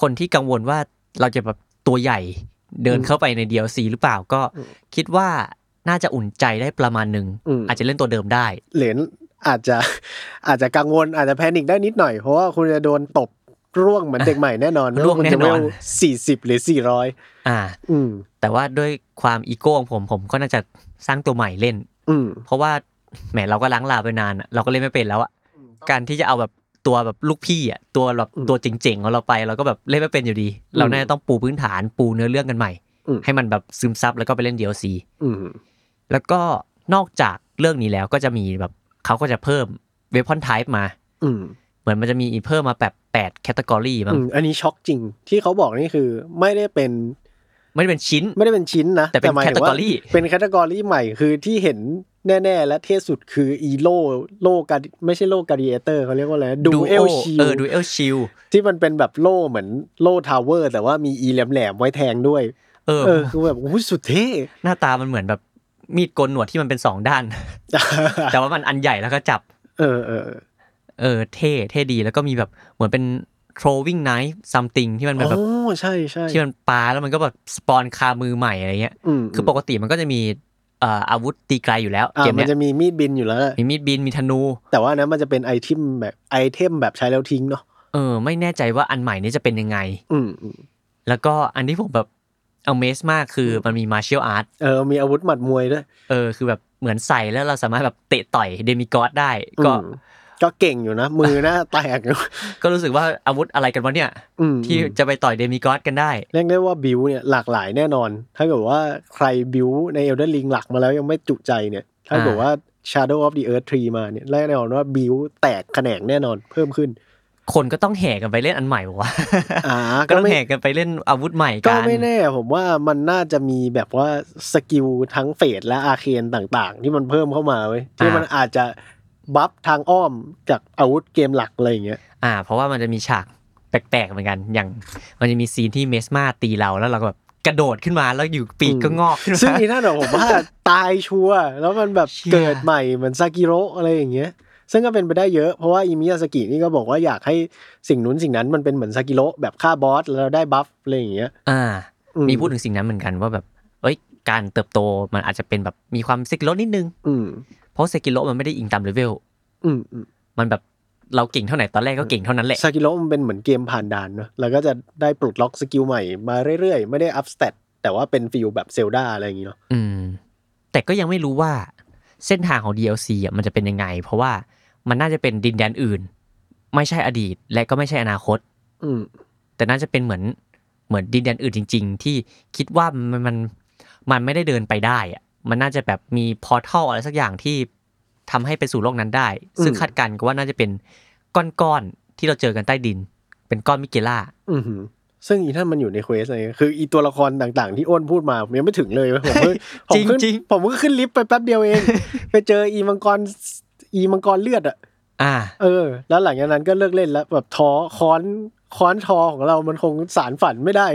คนที่กังวลว่าเราจะแบบตัวใหญ่เดิน อืม เข้าไปใน DLC หรือเปล่าก็ อืม คิดว่าน่าจะอุ่นใจได้ประมาณหนึ่ง อืม อาจจะเล่นตัวเดิมได้ เหรียญอาจจะ อาจจะกังวลอาจจะแพนิคได้นิดหน่อย เพราะว่าคุณจะโดนตบร่วงเหมือนเด็กใหม่แน่นอน ร่วงแน่นอน สี่สิบหรือสี่ร้อย อ่า อืม แต่ว่าด้วยความอีโก้ของผมผมก็น่าจะสร้างตัวใหม่เล่น อืม เพราะว่าแหมเราก็ล้างลาไปนานอะเราก็เล่นไม่เป็นแล้วอะการที่จะเอาแบบตัวแบบลูกพี่อะตัวแบบ อืม ตัวเจ๋งๆของเราไปเราก็แบบเล่นไม่เป็นอยู่ดี เราน่าจะต้องปูพื้นฐานปูเนื้อเรื่องกันใหม่ อืม ให้มันแบบซึมซับแล้วก็ไปเล่น DLC อืม แล้วก็นอกจากเรื่องนี้แล้วก็จะมีแบบเขาก็จะเพิ่มเวพอนไทป์มา อืม เหมือนมันจะมีเพิ่มมาแบบ8แคตตากรีมั้ อื ง มอันนี้ช็อกจริงที่เขาบอกนี่คือไม่ได้เป็น ไม่ได้เป็นชิ้น ไม่ได้เป็นชิ้นนะ แต่เป็น หมายถึงว่า category เป็นแคตตากรีใหม่คือที่เห็นแน่ ๆ และเท่สุดคืออีโลโลกาไม่ใช่โลกาดิเอเตอร์เขาเรียกว่าอะไรดูเอลชิ เอ ล อดูเอลชิล ที่มันเป็นแบบโล่เหมือนโล่ทาวเวอร์ แต่ว่ามีอีแหลมๆไว้แทงด้วย เออ เออคือแบบโอ้ยสุดเท่ หน้าตามันเหมือนแบบมีดโกนหนวดที่มันเป็นสองด้าน แต่ว่ามันอันใหญ่แล้วก็จับ เออเออ เออเท่เท่ดีแล้วก็มีแบบเหมือนเป็น throwing knife something ที่มัน โอ้ แบบ ใช่ใช่ ที่มันปาแล้วมันก็แบบสปอนคามือใหม่อะไรเงี้ย อืม คือปกติมันก็จะมีเอ่ออาวุธตีไกลอยู่แล้ว อ่า เกม มัน เนี้ย จะมีมีดบินอยู่แล้วแหละ มีมีดบินมีธนู แต่ว่าอันนั้นมันจะเป็นไอเทมแบบไอเทมแบบใช้แล้วทิ้งเนาะ เออ ไม่แน่ใจว่าอันใหม่นี้จะเป็นยังไง อืมอืม แล้วก็อันที่ผมแบบ amaze มากคือมันมี martial art เออมีอาวุธหมัดมวยด้วย เออคือแบบเหมือนใส่แล้วเราสามารถแบบเตะต่อยเดมิกอสได้ ก็ อืมก็เก่งอยู่นะ มือหน้าแตกอยู่ ก็รู้สึกว่าอาวุธอะไรกันวะเนี่ย อืม ที่จะไปต่อยเดมิกอสกันได้ เรียกได้ว่าบิวเนี่ยหลากหลายแน่นอน ถ้าเกิดว่าใครบิวในเอลเดนลิงหลักมาแล้วยังไม่จุใจเนี่ย ถ้าเกิดว่า Shadow of the Earth 3 มาเนี่ยแน่นอนว่าบิวแตกแขนงแน่นอนเพิ่มขึ้น คนก็ต้องแห่กันไปเล่นอันใหม่ วะ อ่า ก็ต้องแห่กันไปเล่นอาวุธใหม่ ก็ กัน ไม่แน่ผมว่ามันน่าจะมีแบบว่าสกิลทั้งเฟดและอาเคนต่างๆ ที่มันเพิ่มเข้ามาเว้ยที่มันอาจจะบัฟทางอ้อมจากอาวุธเกมหลักอะไรอย่างเงี้ย อ่า เพราะว่ามันจะมีฉากแปลกๆเหมือนกัน อย่างมันจะมีซีนที่เมสมาตีเราแล้วเราก็แบบกระโดดขึ้นมาแล้วอยู่ปีกก็งอกขึ้น ซึ่ง มา อีนั่นอะผมว่า ตายชัวร์แล้วมันแบบ เชี่ย เกิดใหม่เหมือนซากิโระอะไรอย่างเงี้ย ซึ่งก็เป็นไปได้เยอะเพราะว่าอิมิยาสกินี่ก็บอกว่าอยากให้สิ่งนู้นสิ่งนั้นมันเป็นเหมือนซากิโระแบบฆ่าบอสแล้วได้บัฟอะไรอย่างเงี้ย อ่า อื มีพูดถึงสิ่งนั้นเหมือนกันว่าแบบเอ้ยการเติบโตมันอาจจะเป็นแบบมีความซิกโลนิดนึง อืม เพ ราะเซกิโลมันไม่ได้อิงตามเลเวล อืมอืม มันแบบเราเก่งเท่าไหนตอนแรกก็เก่งเท่านั้นแหละ ซากิโร่มันเป็นเหมือนเกมผ่านด่านเนอะแล้วก็จะได้ปลดล็อกสกิลใหม่มาเรื่อยๆ ไม่ได้อัพสเตตแต่ว่าเป็นฟิลแบบเซลดาอะไรอย่างงี้เนาะ อืม แต่ก็ยังไม่รู้ว่าเส้นทางของ DLC อ่ะมันจะเป็นยังไง เพราะว่ามันน่าจะเป็นดินแดนอื่น ไม่ใช่อดีต และก็ไม่ใช่อนาคต อืม แต่น่าจะเป็นเหมือนเหมือนดินแดนอื่นจริง ๆ ที่คิดว่ามันมันมันไม่ได้เดินไปได้อะมันน่าจะแบบมีพอร์ทัลอะไรสักอย่างที่ทำให้ไปสู่โลกนั้นได้ ซึ่ง อืม คาดการณ์ก็ว่าน่าจะเป็นก้อนๆที่เราเจอกันใต้ดิน เป็นก้อนมิเกล่า อือหือซึ่งอีท่านมันอยู่ในเควสอะไรคืออีตัวละครต่างๆ ที่อ้นพูดมาผมยังไม่ถึงเลยเว้ยผมเพิ่ง ผ จริ ม ง ขึ้น จริง ผมเพิ่งขึ้นลิฟต์ไปแป๊บเดียวเอง ไปเจออีมังกรอีมังกรเลือดอะ อ่า เออ แล้วหลังจากนั้นก็เลิกเล่นแล้วแบบท้อค้อนค้อนทอของเรามันคงสารฝันไม่ได้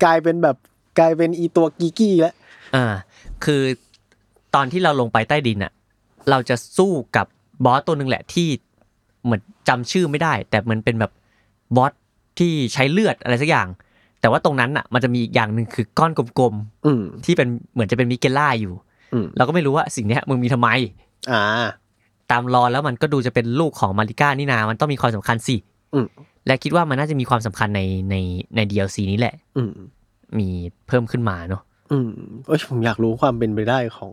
กลายเป็นแบบกลายเป็นอีตัวกีกี้แล้ว อ่าคือตอนที่เราลงไปใต้ดินอะเราจะสู้กับบอสตัวหนึ่งแหละที่เหมือนจำชื่อไม่ได้ แต่มันเป็นแบบบอสที่ใช้เลือดอะไรสักอย่าง แต่ว่าตรงนั้นอะมันจะมีอีกอย่างหนึ่งคือก้อนกลม อืม ๆที่เป็นเหมือนจะเป็นมิเกล่าอยู่ อืม เราก็ไม่รู้ว่าสิ่งเนี้ยมึงมีทำไม อ่า ตามรอแล้วมันก็ดูจะเป็นลูกของมาริก้านี่นา มันต้องมีความสำคัญสิ อืม และคิดว่ามันน่าจะมีความสำคัญในในใน DLC นี้แหละ อืม มีเพิ่มขึ้นมาเนาะ อืมเอ้ยผมอยากรู้ความเป็นไปได้ของ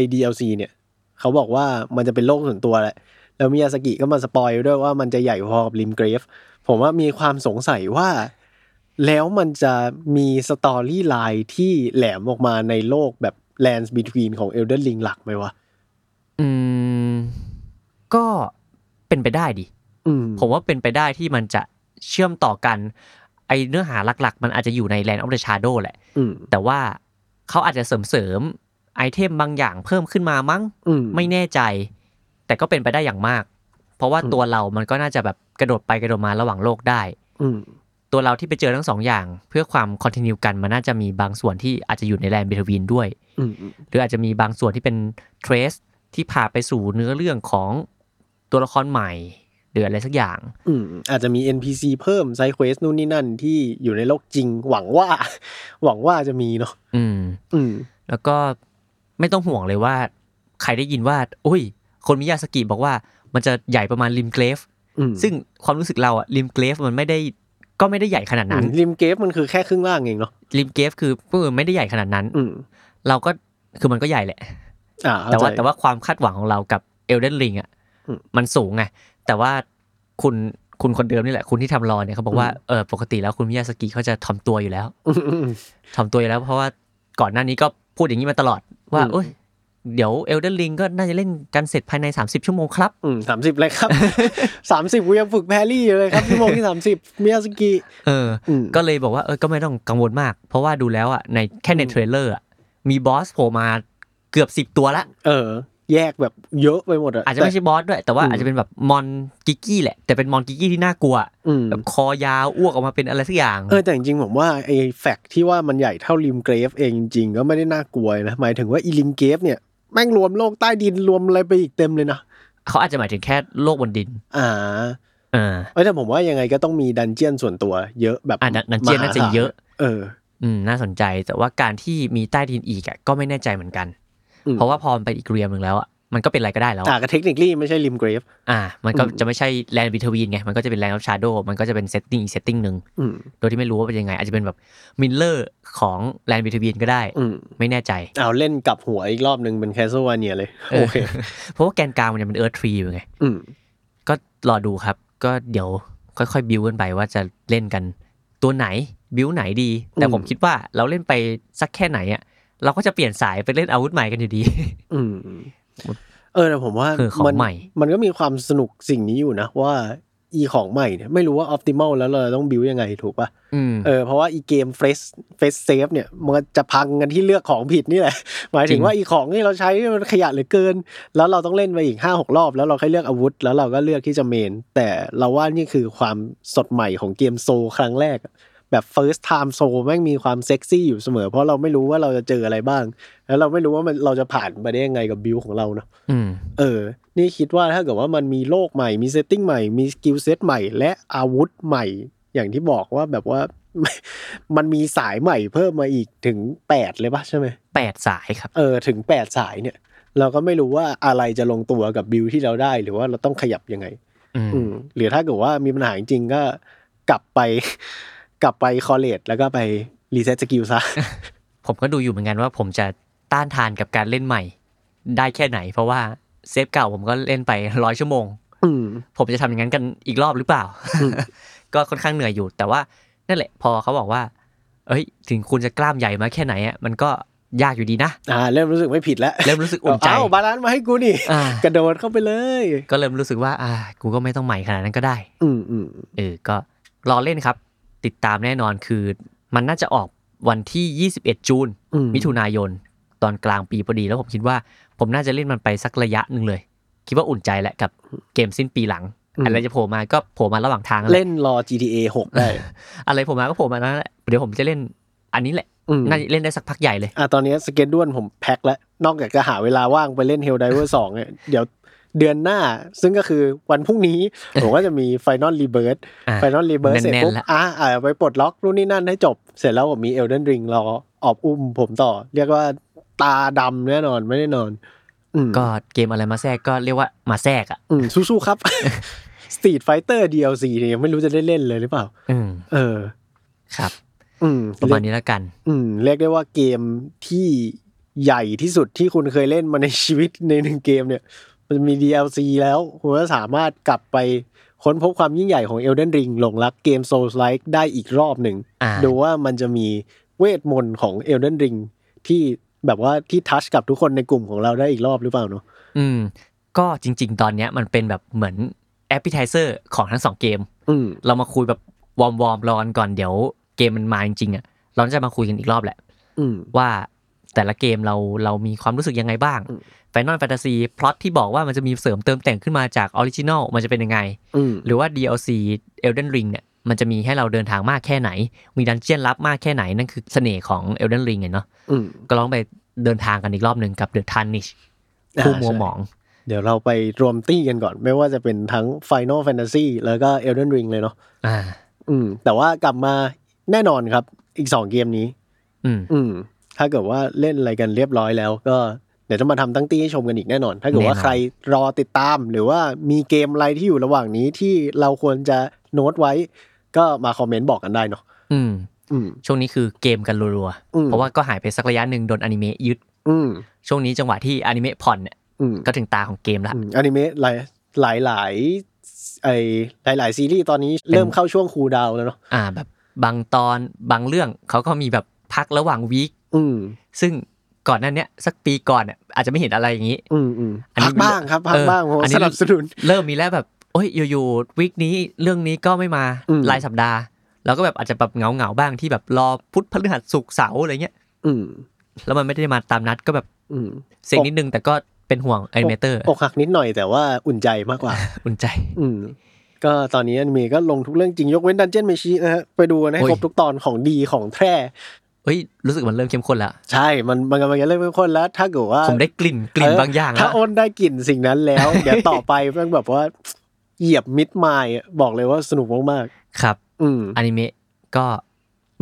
IDLC เนี่ย เขาบอกว่ามันจะเป็นโลกส่วนตัวแหละ แล้วมิยาสกิก็มาสปอยไว้ด้วยว่ามันจะใหญ่พอกับริมเกรฟ ผมว่ามีความสงสัยว่า แล้วมันจะมีสตอรี่ไลน์ที่แหลมออกมาในโลกแบบ Lands Between ของ Elden Ring หลักไหมวะ อืมก็เป็นไปได้ดิ อืม ผมว่าเป็นไปได้ที่มันจะเชื่อมต่อกัน ไอเนื้อหาหลักๆ มันอาจจะอยู่ใน Land of the Shadow แหละ อืม แต่ว่าเขาอาจจะเสริมเสริมๆไอเทมบางอย่างเพิ่มขึ้นมามั้ง อืม ไม่แน่ใจ แต่ก็เป็นไปได้อย่างมาก เพราะว่า อืม ตัวเรามันก็น่าจะแบบกระโดดไปกระโดดมาระหว่างโลกได้ อืม ตัวเราที่ไปเจอทั้งสองอย่าง เพื่อความคอนติเนียกันมันน่าจะมีบางส่วนที่อาจจะอยู่ในแลนด์เบทวินด้วย อืม อืม หรืออาจจะมีบางส่วนที่เป็นเทรสที่พาไปสู่เนื้อเรื่องของตัวละครใหม่หรืออะไรสักอย่าง อืม อาจจะมี NPC เพิ่มไซเควสนู่นนี่นั่นที่อยู่ในโลกจริง หวังว่า หวังว่าจะมีเนาะ อืม อืม แล้วก็ไม่ต้องห่วงเลยว่า ใครได้ยินว่าโอ้ย คนมิยาสกิบอกว่ามันจะใหญ่ประมาณริมเกรฟ อืม ซึ่งความรู้สึกเราอะริมเกรฟมันไม่ได้ก็ไม่ได้ใหญ่ขนาดนั้น ริมเกฟมันคือแค่ครึ่งล่างเองเนาะ ริมเกรฟคือเออไม่ได้ใหญ่ขนาดนั้น อืม เราก็คือมันก็ใหญ่แหละ อ่าเข้ แต่ว่า ใจ แต่ว่าความคาดหวังของเรากับเอลเดนลิงอ่ะ อืม มันสูงไงแต่ว่าคุณคุณคนเดิมนี่แหละ คุณที่ทำรอเนี่ยเขาบอกว่า อืม เออปกติแล้วคุณมิยาสกิเขาจะทอมตัวอยู่แล้ว อืมอืม ทอมตัวอยู่แล้ว เพราะว่าก่อนหน้านี้ก็พูดอย่างนี้มาตลอดว่า อืม โอ้ยเดี๋ยวเอลเดนลิงก็น่าจะเล่นกันเสร็จภายใน 30 ชั่วโมงครับ อืมสามสิบเลยครับ สามสิบกูยังฝึกแพรรี่อยู่เลยครับชั่วโมงที่สามสิบมิยาสกิ เออ อืม ก็เลยบอกว่าเออก็ไม่ต้องกังวลมาก เพราะว่าดูแล้วอ่ะในแค่ในเทรลเลอร์อะมีบอสโผล่มาเกือบ 10 ตัวละ เออ แยกแบบเยอะไปหมดอะ อาจจะไม่ แต่ ใช่บอสด้วย แต่ว่า อืม อาจจะเป็นแบบมอนกิกกี้แหละแต่เป็นมอนกิกกี้ที่น่ากลัว อืม แบบคอยาวอ้วกออกมาเป็นอะไรสักอย่าง เออแต่จริงๆผมว่าไอ้แฟกต์ที่ว่ามันใหญ่เท่าริมเกรฟเองจริงๆก็ไม่ได้น่ากลัวนะหมายถึงว่าอีริมเกรฟเนี่ยแม่งรวมโลกใต้ดินรวมอะไรไปอีกเต็มเลยนะ เขาอาจจะหมายถึงแค่โลกบนดิน อ่า เออ เอ้ยแต่ผมว่ายังไงก็ต้องมีดันเจียนส่วนตัวเยอะแบบ อ่ะดันดันเจียนน่าจะเยอะ เออ อืม น่าสนใจ แต่ว่าการที่มีใต้ดินอีกอะก็ไม่แน่ใจเหมือนกัน อืม เพราะว่าพอมันไปอีกเรียมหนึ่งแล้วอะมันก็เป็นอะไรก็ได้แล้ว อ่า อะ ก็เทคนิคลี่ไม่ใช่ริมเกรฟ อ่า มันก็ อืม จะไม่ใช่แลนด์บิทวีนไง มันก็จะเป็นแลนด์ออฟชาร์โดมันก็จะเป็นเซตติ้งอีกเซตติ้งหนึ่ง อืม โดยที่ไม่รู้ว่าเป็นยังไง อาจจะเป็นแบบมิลเลอร์ของแลนด์บิทวีนก็ได้ อืม ไม่แน่ใจ เอาเล่นกลับหัวอีกรอบหนึ่งเป็นแคสเซิลวาเนียเลย เอ โอ อ เค เพราะว่าแกนกลางมันยังเป็นเอิร์ธทรีอยู่ไง อืม ก็รอดูครับ ก็เดี๋ยวค่อยๆ บิวกันไปว่าจะเล่นกันตัวไหน บิวไหนดี แต่ อืม ผมคิดว่าเราเล่นไปสักแค่ไหนอะเราก็จะเปลี่ยนสายไปเล่นอาวุธใหม่กันอยู่ดี อืม เออแต่ผมว่า คือของ มั ใหม่ มันก็มีความสนุกสิ่งนี้อยู่นะ ว่าอีของใหม่เนี่ยไม่รู้ว่าออ t ติม l ลแล้วเราต้องบิวยังไงถูกปะ่ะ อืม เออเพราะว่าอีเกมเฟสเฟสเซฟเนี่ย มันจะพังกันที่เลือกของผิดนี่แหละ หมายถึ จริ ง ง ว่าอีของที่เราใช้มันขยะเหลือเกิน แล้วเราต้องเล่นไปอีกห้าหกรอบ แล้วเราค่อยเลือกอาวุธ แล้วเราก็เลือกที่จะเมน แต่เราว่านี่คือความสดใหม่ของเกมโซลครั้งแรก แบบ first time soul แม่งมีความเซ็กซี่อยู่เสมอ เพราะเราไม่รู้ว่าเราจะเจออะไรบ้าง แล้วเราไม่รู้ว่ามันเราจะผ่านไปได้ยังไงกับบิลของเราเนาะ อืม เออ นี่คิดว่าถ้าเกิดว่ามันมีโลกใหม่มีเซตติ้งใหม่มีสกิลเซตใหม่ และอาวุธใหม่ อย่างที่บอกว่าแบบว่า มันมีสายใหม่เพิ่มมาอีกถึง 8 เลยปะใช่ไหม แปดสายครับ เออถึง 8 สายเนี่ย เราก็ไม่รู้ว่าอะไรจะลงตัวกับบิลที่เราได้หรือว่าเราต้องขยับยังไง อืม อืมหรือถ้าเกิดว่ามีปัญหาจริงๆก็กลับไป กลับไปคอเลจแล้วก็ไปรีเซ็ตสกิลซะ ผมก็ดูอยู่เหมือนกันว่าผมจะต้านทานกับการเล่นใหม่ ได้แค่ไหน เพราะว่าเซฟเก่าผมก็เล่นไปร้อยชั่วโมง อืม ผมจะทำอย่างนั้นกันอีกรอบหรือเปล่ า อืม ก็ค่อนข้างเหนื่อยอยู่ แต่ว่านั่นแหละพอเขาบอกว่า เอ้ย ถึงคุณจะกล้ามใหญ่มาแค่ไหนอ่ะมันก็ยากอยู่ดีนะ อ่า เริ่มรู้สึกไม่ผิดแล้ว เริ่มรู้สึกอุ่นใจ เอ้าบาลานซ์มาให้กูนี่ อ่าก ระโดดเข้าไปเลย ก็เริ่มรู้สึกว่า อ่า กูก็ไม่ต้องใหม่ขนาดนั้นก็ได้ อืมอืม เออ ก็รอเล่นครับ ติดตามแน่นอนคือ มันน่าจะออกวันที่ 21 จูน อื มิถุนายน ตอนกลางปีพอดี แล้วผมคิดว่า ผมน่าจะเล่นมันไปสักระยะหนึ่งเลย คิดว่าอุ่นใจแหละกับเกมสิ้นปีหลัง อะไรจะโผล่มาก็โผล่มาระหว่างทางแหละ เล่นรอ GTA หกได้ อะไรผมมาก็ผมมานั่นแหละเดี๋ยวผมจะเล่นอันนี้แหละ อืม น่าจะเล่นได้สักพักใหญ่เลย อ่าตอนนี้สเกจด้วนผมแพ็คแล้ว นอกจากจะหาเวลาว่างไปเล่น Helldiver 2เนี่ยเดี๋ยวเดือนหน้า ซึ่งก็คือวันพรุ่งนี้ ผมก็จะมี Final Rebirth อ่า Final Rebirth เสร็จ แน่นๆ ปุ๊บ แล้ว อ่าอ่าไปปลดล็อกนู่นนี่นั่นให้จบ เสร็จแล้วผมมี Elden Ring รอออบอุ้มผมต่อ เรียกว่าตาดำแน่นอนไม่ได้นอน อืม ก็เกมอะไรมาแทรกก็เรียกว่ามาแทรกอ่ะ อืมสู้ ๆครับ Street Fighter DLC เนี่ยยังไม่รู้จะได้เล่นเลยหรือเปล่า อืม เออ ครับ อืม ประมาณนี้แล้วกัน อืมเรียกได้ว่าเกมที่ใหญ่ที่สุดที่คุณเคยเล่นมาในชีวิตในหนึ่งเกมเนี่ย มันมี DLC แล้ว คุณก็สามารถกลับไปค้นพบความยิ่งใหญ่ของ Elden Ring หลงรักเกม Souls Like ได้อีกรอบหนึ่ง อ่า ดูว่ามันจะมีเวทมนต์ของ Elden Ring ที่แบบว่าที่ทัชกับทุกคนในกลุ่มของเราได้อีกรอบหรือเปล่าเนาะ อืม ก็จริง ๆ ตอนเนี้ยมันเป็นแบบเหมือนแอปเปิลไทเซอร์ของทั้งสองเกม อืม เรามาคุยแบบวอร์มวอร์มๆรอกันก่อนเดี๋ยวเกมมันมาจริงๆอ่ะเราจะมาคุยกันอีกรอบแหละ อืม ว่าแต่ละเกมเราเรามีความรู้สึกยังไงบ้าง อืม แฟนนอ l แฟนตาซีพล็อตที่บอกว่ามันจะมีเสริมเติมแต่งขึ้นมาจากออริจินอลมันจะเป็นยังไง อืม หรือว่า DLC Elden Ring เนี่ย มันจะมีให้เราเดินทางมากแค่ไหน มีดันเจียนลับมากแค่ไหน นั่นคือเสน่ห์ของ Elden Ring อะเนาะ อืม ก็ลองไปเดินทางกันอีกรอบหนึ่งกับ The Tarnish คู่มัวหมอง เดี๋ยวเราไปรวมตี้กันก่อน ไม่ว่าจะเป็นทั้ง Final Fantasy แล้วก็ Elden Ring เลยเนาะ อ่า อืมแต่ว่ากลับมาแน่นอนครับอีกสองเกมนี้ อืม อืม ถ้าเกิดว่าเล่นอะไรกันเรียบร้อยแล้ว ก็เดี๋ยวจะมาทำตั้งตี้ให้ชมกันอีกแน่นอน ถ้าเกิดว่า แน่นอน ใครรอติดตาม หรือว่ามีเกมอะไรที่อยู่ระหว่างนี้ที่เราควรจะโน้ตไว้ ก็มาคอมเมนต์บอกกันได้เนาะ อืม อืม ช่วงนี้คือเกมกันรัว อืม ๆ เพราะว่าก็หายไปสักระยะหนึ่งโดนอนิเมะยึด อืม ช่วงนี้จังหวะที่อนิเมะผ่อนเนี่ย อืม ก็ถึงตาของเกมละ อืมอนิเมะหลายหลายหลายไอหลายหลายซีรีส์ตอนนี้เริ่มเข้าช่วงคูลดาวน์แล้วเนาะ อ่า แบบบางตอนบางเรื่องเขาก็มีแบบพักระหว่างวีค อืม ซึ่งก่อนหนั้นเนี้ยสักปีก่อนเนี่ยอาจจะไม่เห็นอะไรอย่างนี้ อืมอืม อันนี้ พักบ้างครับพั เอก อ บ้างเพราะ อันนี้ สนับสนุน เริ่มมีแล้วแบบโอ้ยอยู่ๆวิกนี้เรื่องนี้ก็ไม่มา อืม รายสัปดาห์ แล้วก็แบบอาจจะแบบเหงาๆบ้างที่แบบรอพุธพฤหัสศุกร์เสาร์อะไรเงี้ย อืม แล้วมันไม่ได้มาตามนัดก็แบบ อืม เสียงนิดนึงแต่ก็เป็นห่วงไอเมเตอร์ อกหักนิดหน่อยแต่ว่าอุ่นใจมาก กว่า อุ่นใจ อืม ก็ตอนนี้อนิเมะก็ลงทุกเรื่องจริงยกเว้นดันเจียนเมชีนะฮะไปดูกันให้ โอ้ย ครบทุกตอนของดีของแท้ เฮ้ยรู้สึกมันเริ่มเข้มข้นละ ใช่ มันมันกำลังจะเริ่มเข้มข้นแล้ว ถ้าเกิดว่า ผมได้กลิ่นกลิ่เออบนางอย่าง ถ้า แล้ว โอนได้กลิ่นสิ่งนั้นแล้ว เดี๋ยวต่อไปแมันแบบว่า เหยียบมิดไมล์อะบอกเลยว่าสนุกมาก ครับ ๆอืม อนิเมะก็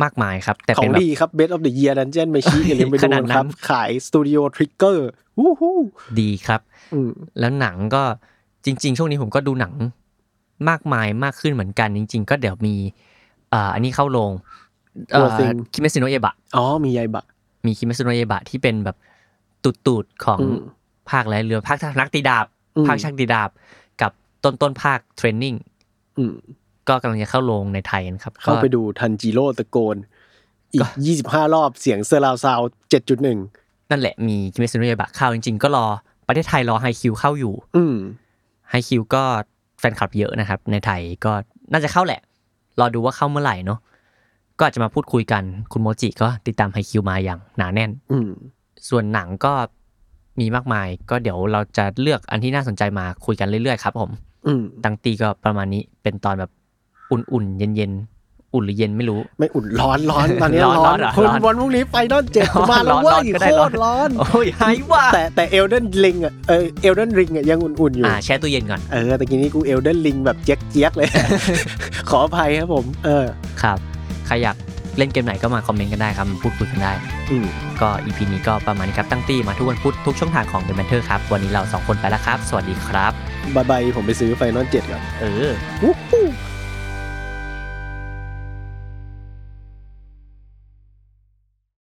มากมายครับ แต่ ขอ เป็น ง แบบ ดีครับ Best of the Year Dungeon m a c h i อย่าลืมไปดู ขนา กั ด นคนั้น รับ ขาย Studio Trigger วู้ฮู้ ดีครับ อืม แล้วหนังก็จริง ๆ ช่วงนี้ผมก็ดูหนังมากมายมากขึ้นเหมือนกันจริง ๆ ก็เดี๋ยวมีเอ่ออันนี้เข้าลงเอ่อ Poor Thing คิเมซิโนะเอบะ อ๋อมียายบะ มีคิเมซุโนะเยบะที่เป็นแบบตูดตูดๆของ อืม ภาคไรเรือภาคทหารนักตีดาบ อืม ภาคช่างตีดาบ กับต้นต้นๆภาคเทรนนิ่ง อืม ก็กำลังจะเข้าโรงในไทยนะครับ เข้าไป ก็ ดูทันจิโร่ตะโกน อี ก็ ก 25 รอบเสียงเซอร์ราวซาวเจ็ดจุดหนึ่ง นั่นแหละมีคิเมซุโนะเยบะเข้าจริง ๆ ก็รอประเทศไทยรอไฮคิวเข้าอยู่ อืม ไฮคิวก็แฟนคลับเยอะนะครับ ในไทยก็น่าจะเข้าแหละ รอดูว่าเข้าเมื่อไหร่เนาะก็อาจจะมาพูดคุยกันคุณโมจิก็ติดตามไฮคิวมาอย่างหนาแน่น อืม ส่วนหนังก็มีมากมาย ก็เดี๋ยวเราจะเลือกอันที่น่าสนใจมาคุยกันเรื่อยๆครับผม อืม ตังตีก็ประมาณนี้เป็นตอนแบบอุ่นๆ เย็นๆ อุ่นหรือเย็นไม่รู้ ไม่อุ่นร้อนร้ อนตอนนี้ ร้อน ร้อน ร้อน คน ร้อน วันพรุ่งนี้ไฟนอลเจ็ด ร้อน มาแล้ว ร้ เว่า อน อีก ก็ได้ โค ร้อน ตรร้อน โอ้ยหายว่า แต่แต่เอลเดนลิงอ่ะเออเอลเดนริงอ่ะยังอุ่นๆอยู่ อ่าแช่ตู้เย็นก่อน เออแต่กี้นี้กูเอล เดนลิงแบบเจ๊ยกเจ๊ยกเลย ขออภัยครับผม เออ ครับ ใครอยาก เล่นเกมไหนก็มาคอมเมนต์กันได้ครับมาพูดคุยกันได้ อืม ก็ EP นี้ก็ประมาณนี้ครับตั้งตี้มาทุกวันพุธทุกช่องทางของ The Matter ครับ วันนี้เราสองคนไปแล้วครับ สวัสดีครับ บายบายผมไปซื้อไฟนอลเจ็ดก่อน เออ Woohoo!